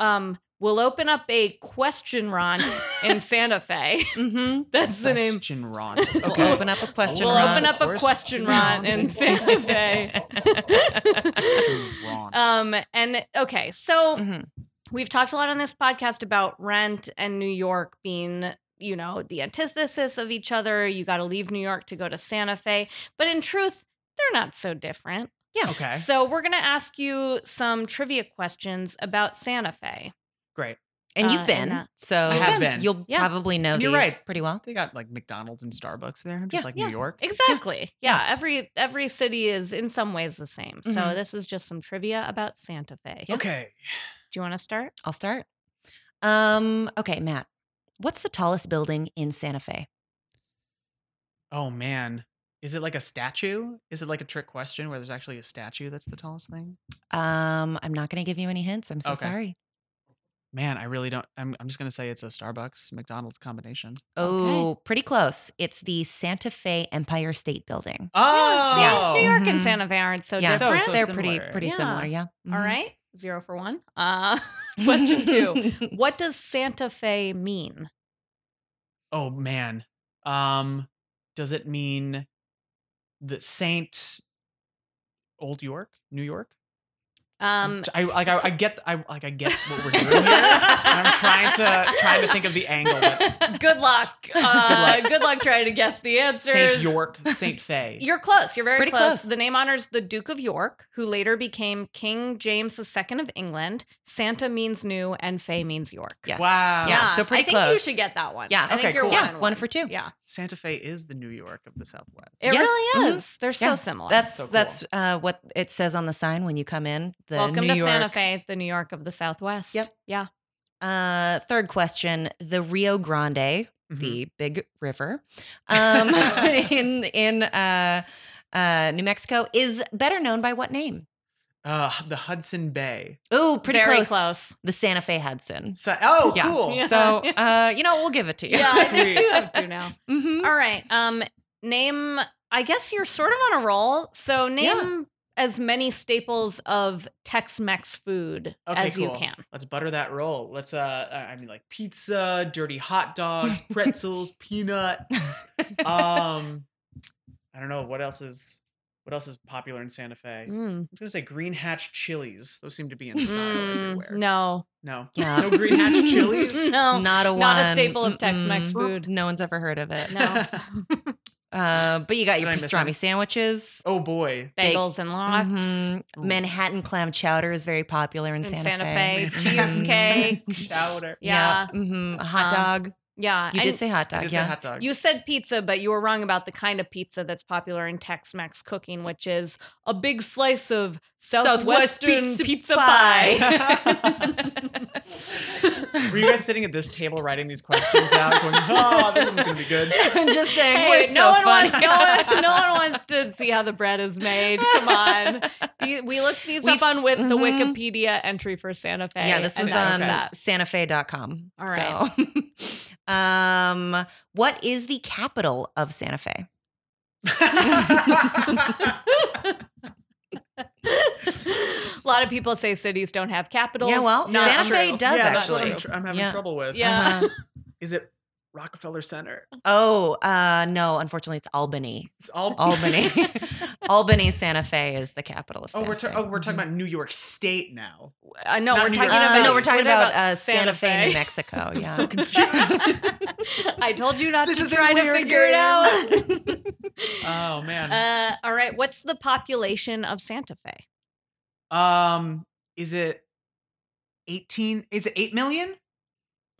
B: um We'll open up a question rant in Santa Fe.
A: Mm-hmm.
B: That's the name.
C: Question Rant.
A: We'll
C: Okay.
A: open up a question.
B: We'll
A: round.
B: open up a
C: Source?
B: question rant in Santa Fe.
C: Question Rant.
B: um, and okay, so
A: Mhm.
B: we've talked a lot on this podcast about rent and New York being, you know, the antithesis of each other. You got to leave New York to go to Santa Fe. But in truth, they're not so different.
C: okay.
B: So we're going to ask you some trivia questions about Santa Fe.
C: Great.
A: And you've
B: uh,
A: been,
B: and, uh,
A: so
C: I have been.
A: you'll
B: Yeah.
A: probably know
C: And
A: these
C: you're right.
A: pretty well.
C: They got like McDonald's and Starbucks there, just
A: Yeah,
C: like
B: yeah.
C: New York.
B: Exactly. Yeah. Every every city is in some ways the same. So
A: Mhm.
B: this is just some trivia about Santa Fe.
C: Okay.
B: Do you want to start?
A: I'll start. Um, okay, Matt. What's the tallest building in Santa Fe?
C: Oh man. Is it like a statue? Is it like a trick question where there's actually a statue that's the tallest thing?
A: Um, I'm not going to give you any hints. I'm so
C: Okay.
A: sorry.
C: Man, I really don't. I'm, I'm just going to say it's a Starbucks McDonald's combination.
A: Oh, pretty close. It's the Santa Fe Empire State Building.
C: Oh,
B: Yeah. New York and
A: Mhm.
B: Santa Fe aren't so
A: Yeah. So-
B: different.
C: so
A: They're pretty
C: similar. Mm-hmm.
A: pretty
B: Yeah.
A: similar, yeah.
B: All
A: Mhm.
B: right. Zero for one. Uh, question two. what does Santa Fe mean?
C: Oh man. Um, does it mean the Saint Old York, New York?
B: Um,
C: I like I, I get I like I get what we're doing here. and I'm trying to trying to think of the angle. But
B: good luck. Uh, good luck. trying to guess the answers.
C: Saint York, Saint Fay.
B: You're close. You're very
A: Pretty
B: close.
A: close.
B: The name honors the Duke of York, who later became King James II of England. Santa means new, and Fay means York. Ah,
A: Yes.
C: Wow.
A: Yeah, so pretty
B: I think you
A: close.
B: should get that one.
A: Yeah.
B: I think
C: Oh. Okay,
B: you're
C: cool.
B: one,
A: Yeah,
B: on
A: one for two.
B: Yeah,
C: Santa Fe is the New York of the Southwest.
B: it
A: Yes.
B: really
A: Mhm.
B: is. They're so
A: Yeah.
B: similar.
A: That's
C: So cool.
A: that's uh, what it says on the sign when you come in. The
B: welcome
A: New
B: to
A: York.
B: Santa Fe, the New York of the Southwest.
A: Yep.
B: Yeah.
A: Uh, third question: The Rio Grande,
C: Mhm.
A: the big river, um, in in uh, uh, New Mexico, is better known by what name?
C: Uh, the Hudson Bay.
A: Oh, pretty
B: Very
A: close.
B: close.
A: The Santa Fe Hudson.
C: So, oh,
A: Yeah.
C: cool.
B: Yeah.
A: So, uh, you know, we'll give it to you.
B: Yeah, I think
C: Sweet.
B: you have two now.
A: Mhm.
B: All right. Um, name. I guess you're sort of on a roll. So name as many staples of Tex-Mex food
C: Okay,
B: as you
C: cool.
B: can.
C: Let's butter that roll. Let's uh, uh, I mean, like pizza, dirty hot dogs, pretzels, peanuts. Um, I don't know what else is what else is popular in Santa Fe. I'm
B: Mm.
C: just gonna say green hatch chilies. Those seem to be in style
B: Mm,
C: everywhere.
B: no,
C: No,
A: Yeah.
C: no green hatch chilies.
B: no,
A: Not a one.
B: Not a staple of Tex-Mex
A: Mm-mm.
B: food.
A: No one's ever heard of it.
B: no.
A: Uh, but you got
C: Did
A: your
C: I miss
A: pastrami
C: any?
A: sandwiches.
C: Oh boy.
B: Bagels and lox
A: Mhm.
C: Ooh.
A: Manhattan clam chowder is very popular in
B: in
A: Santa,
B: Santa Fe,
C: Manhattan.
B: cheesecake.
C: Chowder.
B: Yeah,
A: hmm A hot
B: Um,
A: dog.
B: yeah.
A: You
B: And
A: did say hot dog.
C: Just
A: yeah.
C: yeah. hot dogs.
B: you said pizza, but you were wrong about the kind of pizza that's popular in Tex-Mex cooking, which is a big slice of southwestern
A: pizza
B: pizza
A: pie.
B: pie.
C: Were you guys sitting at this table writing these questions out? Going, oh, this one's gonna be good.
A: Just saying,
B: Hey,
A: we're
B: no,
A: so
B: one
A: funny.
B: wants, no, one, no one wants to see how the bread is made. Come on. The- We looked these
A: We've-
B: up on with the
A: Mhm.
B: Wikipedia entry for Santa Fe.
A: yeah, this
B: and
A: was
B: that
A: on
B: that.
A: santafe.com.
B: All right.
A: So, um, what is the capital of Santa Fe?
B: A lot of people say cities don't have capitals.
A: Yeah, well,
B: Not
A: Santa
B: true.
A: Fe does
C: yeah, that's what
A: actually.
C: I'm, tr- I'm having
A: Yeah.
C: trouble with.
B: Yeah.
A: Uh-huh.
C: Is it Rockefeller Center?
A: Oh, uh, no, unfortunately, it's Albany.
C: It's all
A: Albany. Albany, Santa Fe is the capital of
C: oh,
A: Santa
C: we're
A: Fe.
C: ta- oh, we're talking about New York State now.
B: Uh, no,
C: Not
B: we're
C: New
B: talking
C: York
A: Uh,
B: about,
C: City.
A: no, we're talking
B: talking
A: about, uh, Santa Fe, New Mexico.
C: I'm
A: Yeah.
C: so confused.
B: I told you not
C: This
B: to
C: is a
B: try to
C: weird
B: figure it out.
C: oh man.
B: uh, all right, what's the population of Santa Fe?
C: um, is it eighteen? Is it eight million?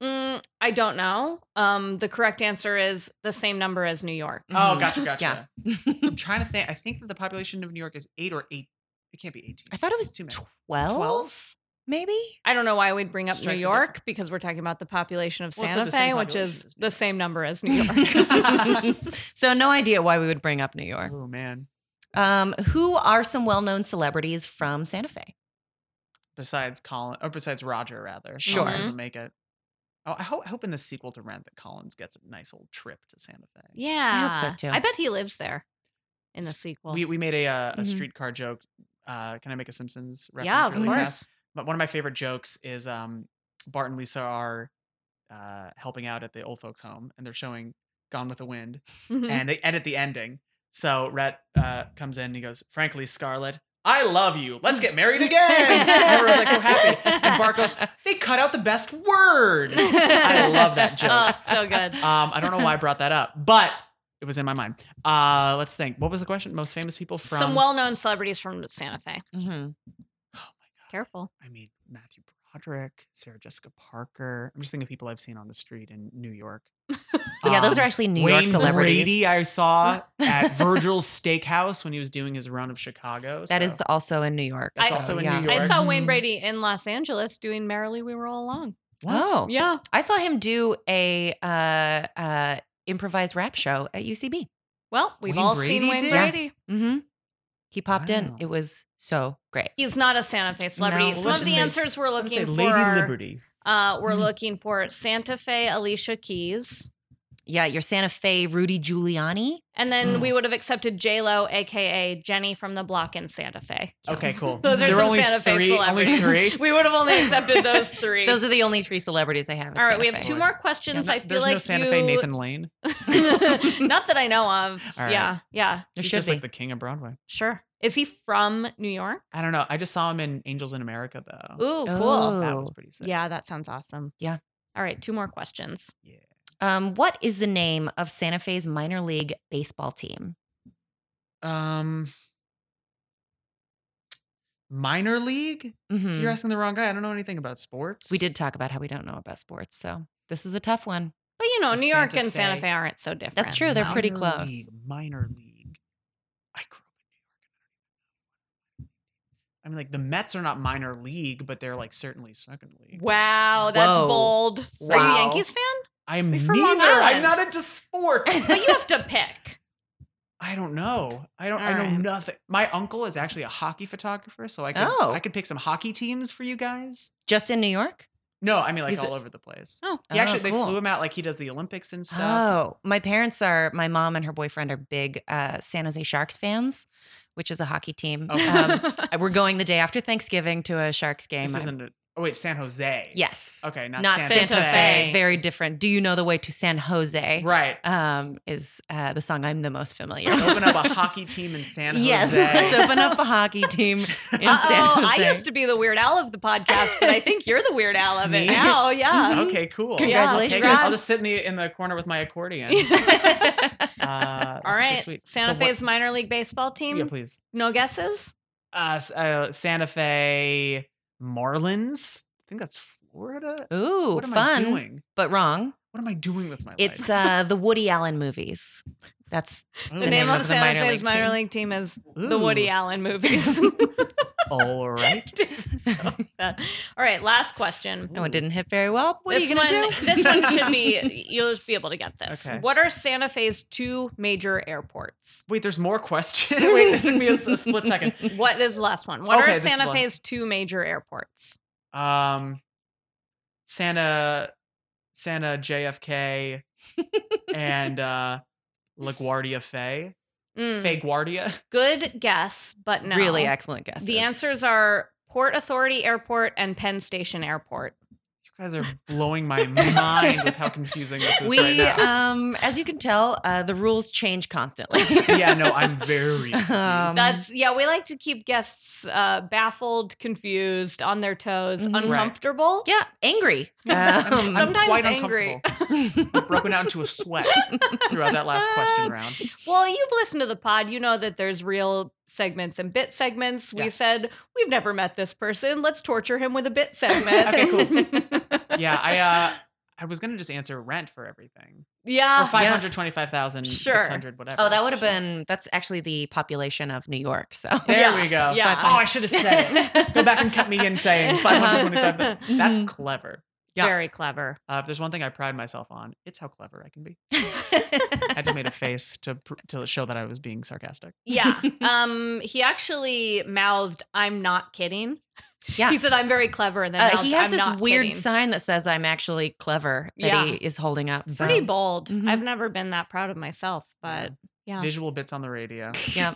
B: Mm, I don't know. Um, the correct answer is the same number as New York.
C: Oh,
A: Mhm.
C: gotcha, gotcha. I'm trying to think. I think that the population of New York is eight or eight. It can't be eighteen.
A: I thought it was
C: It's too many.
A: 12,
C: 12?
A: maybe.
B: I don't know why we'd bring up
C: Strike
B: New
C: the
B: York
C: difference.
B: because we're talking about the population of
C: Well, it's
B: Santa
C: the
B: Fe,
C: same
B: which is
C: population as New
B: the
C: York.
B: same number as New York.
A: so, no idea why we would bring up New York.
C: Oh man.
A: Um, who are some well known celebrities from Santa Fe?
C: Besides Colin, or besides Roger, rather. Colin
A: Sure.
C: doesn't make it. Oh, I hope, I hope in the sequel to Rent that Collins gets a nice old trip to Santa Fe.
B: yeah,
A: hope so, too.
B: I bet he lives there in the sequel.
C: We we made a uh, a
A: Mhm.
C: streetcar joke. Uh, can I make a Simpsons reference?
B: Mm-hmm. yeah, of
C: really
B: course.
C: Fast? But one of my favorite jokes is um, Bart and Lisa are uh, helping out at the old folks' home, and they're showing Gone with the Wind,
B: Mhm.
A: Mm-hmm.
C: and they edit the ending. So Rhett uh, comes in and he goes, "Frankly, Scarlett, I love you. Let's get married again." and everyone's like so happy, and Bart goes, "They cut out the best word." I love that joke.
B: Oh, so good.
C: Um, I don't know why I brought that up, but it was in my mind. Uh, let's think. What was the question? Most famous people from?
B: Some well-known celebrities from Santa Fe.
A: hmm
B: Careful.
C: I mean, Matthew Broderick, Sarah Jessica Parker. I'm just thinking of people I've seen on the street in New York.
A: Yeah, those are
C: Um,
A: actually New
C: Wayne
A: York celebrities.
C: Brady, I saw at Virgil's Steakhouse when he was doing his run of Chicago.
A: That
C: so-
A: is also in New York.
C: That's
A: so,
C: also in
A: yeah.
C: New
B: I
C: York.
B: saw Wayne
A: Mhm.
B: Brady in Los Angeles doing "Merrily We Were All Along."
A: Oh,
B: Yeah,
A: I saw him do a uh, uh, improvised rap show at UCB.
B: well, we've
C: Wayne
B: all
C: Brady
B: seen Wayne
C: did? Yeah.
B: Brady.
A: hmm He popped in.
C: Wow.
A: It was so great.
B: He's not a Santa Fe celebrity.
A: No. Well,
B: Some
C: let's
B: of the
C: just say-
B: answers we're
C: I'm gonna
B: looking
C: say
B: for.
C: Lady
B: are,
C: Liberty.
B: Uh, we're
A: Mm.
B: looking for Santa Fe Alicia Keys,
A: Yeah, your Santa Fe Rudy Giuliani.
B: and then
A: Mm.
B: we would have accepted J Lo, aka Jenny from the Block in Santa Fe.
C: Okay, cool.
B: Those are
C: there were
B: some
C: only
B: Santa Fe
C: three,
B: celebrities.
C: Only three.
B: We would have only accepted those three.
A: Those are the only three celebrities I have. at
B: all right,
A: Santa
B: we have
A: Fe.
B: two more questions. I feel
C: There's
B: like
C: no Santa
B: you,
C: Fe Nathan Lane.
B: not that I know of.
C: All right.
B: Yeah, yeah,
A: There
C: He's
A: should
C: just
A: be.
C: like the king of Broadway.
B: sure. Is he from New York?
C: I don't know. I just saw him in Angels in America though.
B: Ooh, cool.
A: Oh.
C: That was pretty sick.
B: Yeah, that sounds awesome.
A: Yeah.
B: All right, two more questions.
A: um, what is the name of Santa Fe's minor league baseball team?
C: Um, minor league.
A: Mhm.
C: So you're asking the wrong guy. I don't know anything about sports.
A: We did talk about how we don't know about sports, so this is a tough one.
B: But you know,
C: The
B: New York
C: Santa
B: and Santa
C: Fe.
B: Fe aren't so different.
A: That's true. They're pretty
C: Minor
A: close.
C: league, minor league. I grew up in New York. I mean, like the Mets are not minor league, but they're like certainly second league.
B: Wow, that's
A: Whoa.
B: bold. Are you a
C: Wow.
B: Yankees fan?
C: I am
B: We're
C: neither.
B: from Long
C: I'm
B: Island.
C: not into sports.
B: But you have to pick.
C: I don't know. I don't. I
B: All
C: know
B: right.
C: nothing. My uncle is actually a hockey photographer, so I could.
A: Oh.
C: I could pick some hockey teams for you guys.
A: Just in New York?
C: No, I mean like
A: He's a-
C: all over the place.
B: Oh.
C: He actually
A: Oh,
C: they
A: cool.
C: flew him out like he does the Olympics and stuff.
A: Oh, my parents are. My mom and her boyfriend are big uh, San Jose Sharks fans, which is a hockey team.
C: Okay.
A: Um, we're going the day after Thanksgiving to a Sharks game.
C: Oh. This
A: I'm-
C: isn't. A, oh wait, San Jose.
A: yes,
C: Okay, not,
A: not,
C: Santa,
A: Santa,
B: Santa
A: Fe.
B: Fe.
A: Very different. Do you know the way to San Jose?
C: Right.
A: Um, is uh, the song I'm the most familiar. with.
C: Open up a hockey team in San Jose.
A: yes, let's open up a hockey team in San
B: Uh-oh,
A: Jose.
B: I used to be the Weird Al of the podcast, but I think you're the Weird Al of
C: Me?
B: it now. Yeah.
C: Okay, cool.
A: Congratulations.
C: Take it. I'll just sit in the in the corner with my accordion. Uh, that's so
B: All right.
C: sweet.
B: Santa
C: So what-
B: Fe's minor league baseball team.
C: Yeah, please.
B: No guesses?
C: Uh, s- uh, Santa Fe Marlins. I think that's Florida.
A: Ooh,
C: what am I
A: fun,
C: doing?
A: but wrong.
C: What am I doing with my
A: It's
C: life?
A: uh, the Woody Allen movies. That's
C: Ooh.
B: The name of
A: the
B: Santa
A: minor
B: Fe's
A: league
B: minor
A: team.
B: league team is the
C: Ooh.
B: Woody Allen movies.
C: All right.
B: Dave's so upset. All right, last question.
A: no, it didn't hit very well. What
B: this
A: are you gonna
B: one,
A: do?
B: this one should be you'll just be able to get this.
C: Okay.
B: What are Santa Fe's two major airports?
C: Wait, there's more questions. Wait, that took me a, s- a split second.
B: What this is the last one? What
C: Okay,
B: are
C: this is
B: Santa
C: the-
B: Fe's two major airports?
C: Um, Santa, Santa JFK, and uh, LaGuardia Fay,
B: Mm,
C: Fay Guardia.
B: Good guess, but no.
A: Really excellent guess.
B: The answers are Port Authority Airport and Penn Station Airport.
C: You guys are blowing my mind with how confusing this is
A: We,
C: right now.
A: um, as you can tell, uh, the rules change constantly.
C: yeah, no, I'm very confused.
A: Um,
B: That's yeah. We like to keep guests uh, baffled, confused, on their toes,
A: Mhm. Right.
B: uncomfortable.
A: yeah, angry.
C: I'm
A: Um,
B: sometimes
C: quite
B: angry.
C: uncomfortable. I've broken out into a sweat throughout that last question round.
B: Well, you've listened to the pod. You know that there's real segments and bit segments. We
C: Yeah.
B: said, we've never met this person. Let's torture him with a bit segment.
C: Okay, cool. Yeah, I uh, I was gonna just answer rent for
B: Ah,
C: everything.
B: yeah.
C: or five hundred twenty-five thousand
B: Sure.
C: six hundred whatever.
A: oh, that would have been. That's actually the population of New York. So
C: There
B: Yeah,
C: we go.
B: yeah.
C: Oh, I should have said it. Go back and cut me in saying 525. That's
B: Mm-hmm.
A: Mhm.
C: clever.
A: Yeah.
B: Very clever.
C: Uh, if there's one thing I pride myself on, it's how clever I can be. I just made a face to pr- to show that I was being sarcastic.
B: yeah. Um, he actually mouthed, I'm not kidding.
A: Yeah.
B: He said, I'm very clever. And then
A: Uh,
B: mouthed,
A: he has
B: "I'm
A: this
B: not
A: weird
B: kidding."
A: sign that says "I'm actually clever" that
B: Yeah.
A: he is holding up. So.
B: Pretty bold.
C: Mm-hmm.
A: Mhm.
B: I've never been that proud of myself, but yeah.
C: Visual bits on the radio
A: Yeah.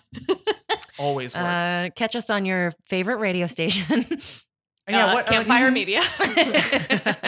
C: always work.
B: Uh,
A: Uh, catch us on your favorite radio station.
C: And yeah,
B: uh,
C: what- like-
B: campfire media.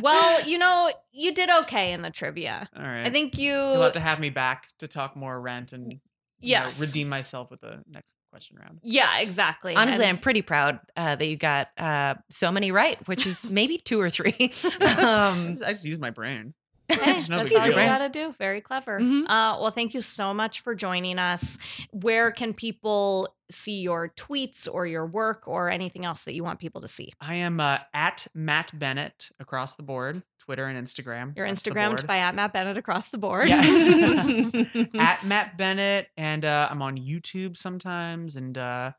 B: well, you know, you did okay in the trivia.
C: All right.
B: I think you.
C: Eh. you'll have to have me back to talk more rent and you know,
B: Yes.
C: redeem myself with the next question round.
B: yeah, exactly.
A: Honestly,
B: And-
A: I'm pretty proud uh, that you got uh, so many right, which is maybe two or three. um,
C: I just use my brain.
B: Hey,
C: It's no
B: that's
A: big
B: all you
A: deal.
B: gotta do. Very clever.
A: Mhm.
B: Uh, well, thank you so much for joining us. Where can people see your tweets or your work or anything else that you want people to see?
C: I am uh, at Matt Bennett across the board, Twitter and Instagram.
B: You're
C: across the
B: Instagrammed
C: board.
B: by at Matt Bennett across the board.
C: at Matt Bennett, and uh, I'm on YouTube sometimes. And uh,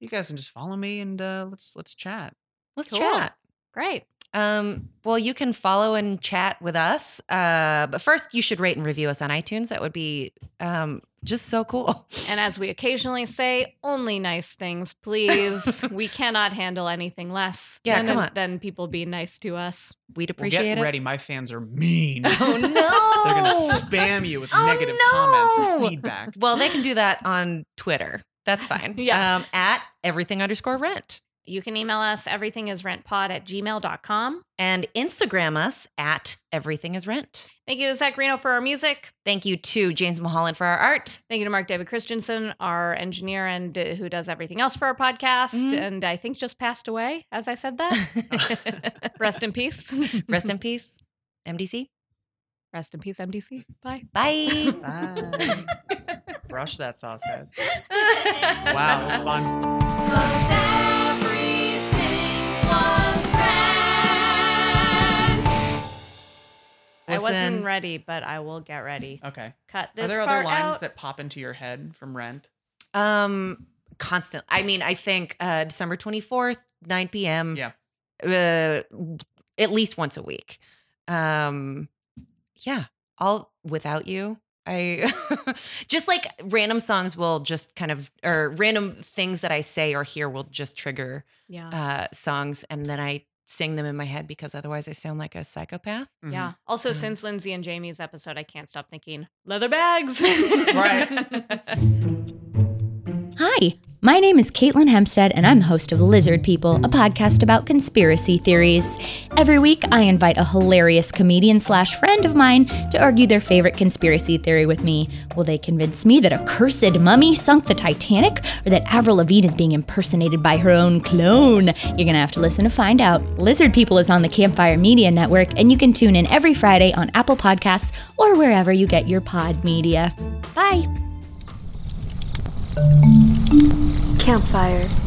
C: you guys can just follow me and uh, let's let's chat.
A: Let's
B: Cool.
A: chat.
B: Great.
A: Um, well, you can follow and chat with us. Uh, but first, you should rate and review us on iTunes. That would be um, just so cool.
B: And as we occasionally say, only nice things, please. we cannot handle anything less
A: Yeah,
B: than,
A: come on.
B: than people being nice to us.
A: We'd
C: Well,
A: appreciate
C: get
A: it.
C: ready, my fans are mean.
A: Oh
C: They're gonna
A: no!
C: spam you with
A: Oh,
C: negative comments
A: no.
C: and feedback.
A: well, they can do that on Twitter. That's fine.
B: Yeah.
A: Um, at everything underscore rent
B: You can email us everythingisrentpod at gmail.com.
A: and Instagram us at everything is rent.
B: Thank you to Zach Reno for our music.
A: Thank you to James Mulholland for our art.
B: Thank you to Mark David Christensen, our engineer and uh, who does everything else for our podcast,
A: Mhm.
B: and I think just passed away as I said that. Rest in peace.
A: Rest in peace, MDC.
B: Rest in peace, MDC. Bye.
A: Bye.
B: Ah.
C: Bye. Brush that sauce, guys. Wow, it's fun.
B: I wasn't
A: Listen.
B: ready, but I will get ready.
C: Okay.
B: Cut this
C: Are there other
B: part
C: lines
B: out.
C: that pop into your head from Rent?
A: Um, constant. I mean, I think uh, December twenty fourth, nine p.m.
C: Yeah.
A: uh, at least once a week. Um, yeah, all without you. I just like random songs will just kind of or random things that I say or hear will just trigger
B: yeah.
A: uh, songs, and then I sing them in my head because otherwise I sound like a psychopath.
B: Yeah. Also,
C: Mhm.
B: since Lindsay and Jamie's episode, I can't stop thinking leather bags.
C: Mm-hmm. Right.
G: Hi, my name is Caitlin Hempstead, and I'm the host of Lizard People, a podcast about conspiracy theories. Every week, I invite a hilarious comedian slash friend of mine to argue their favorite conspiracy theory with me. Will they convince me that a cursed mummy sunk the Titanic, or that Avril Lavigne is being impersonated by her own clone? You're gonna have to listen to find out. Lizard People is on the Campfire Media Network, and you can tune in every Friday on Apple Podcasts or wherever you get your pod media. Bye.
H: Campfire.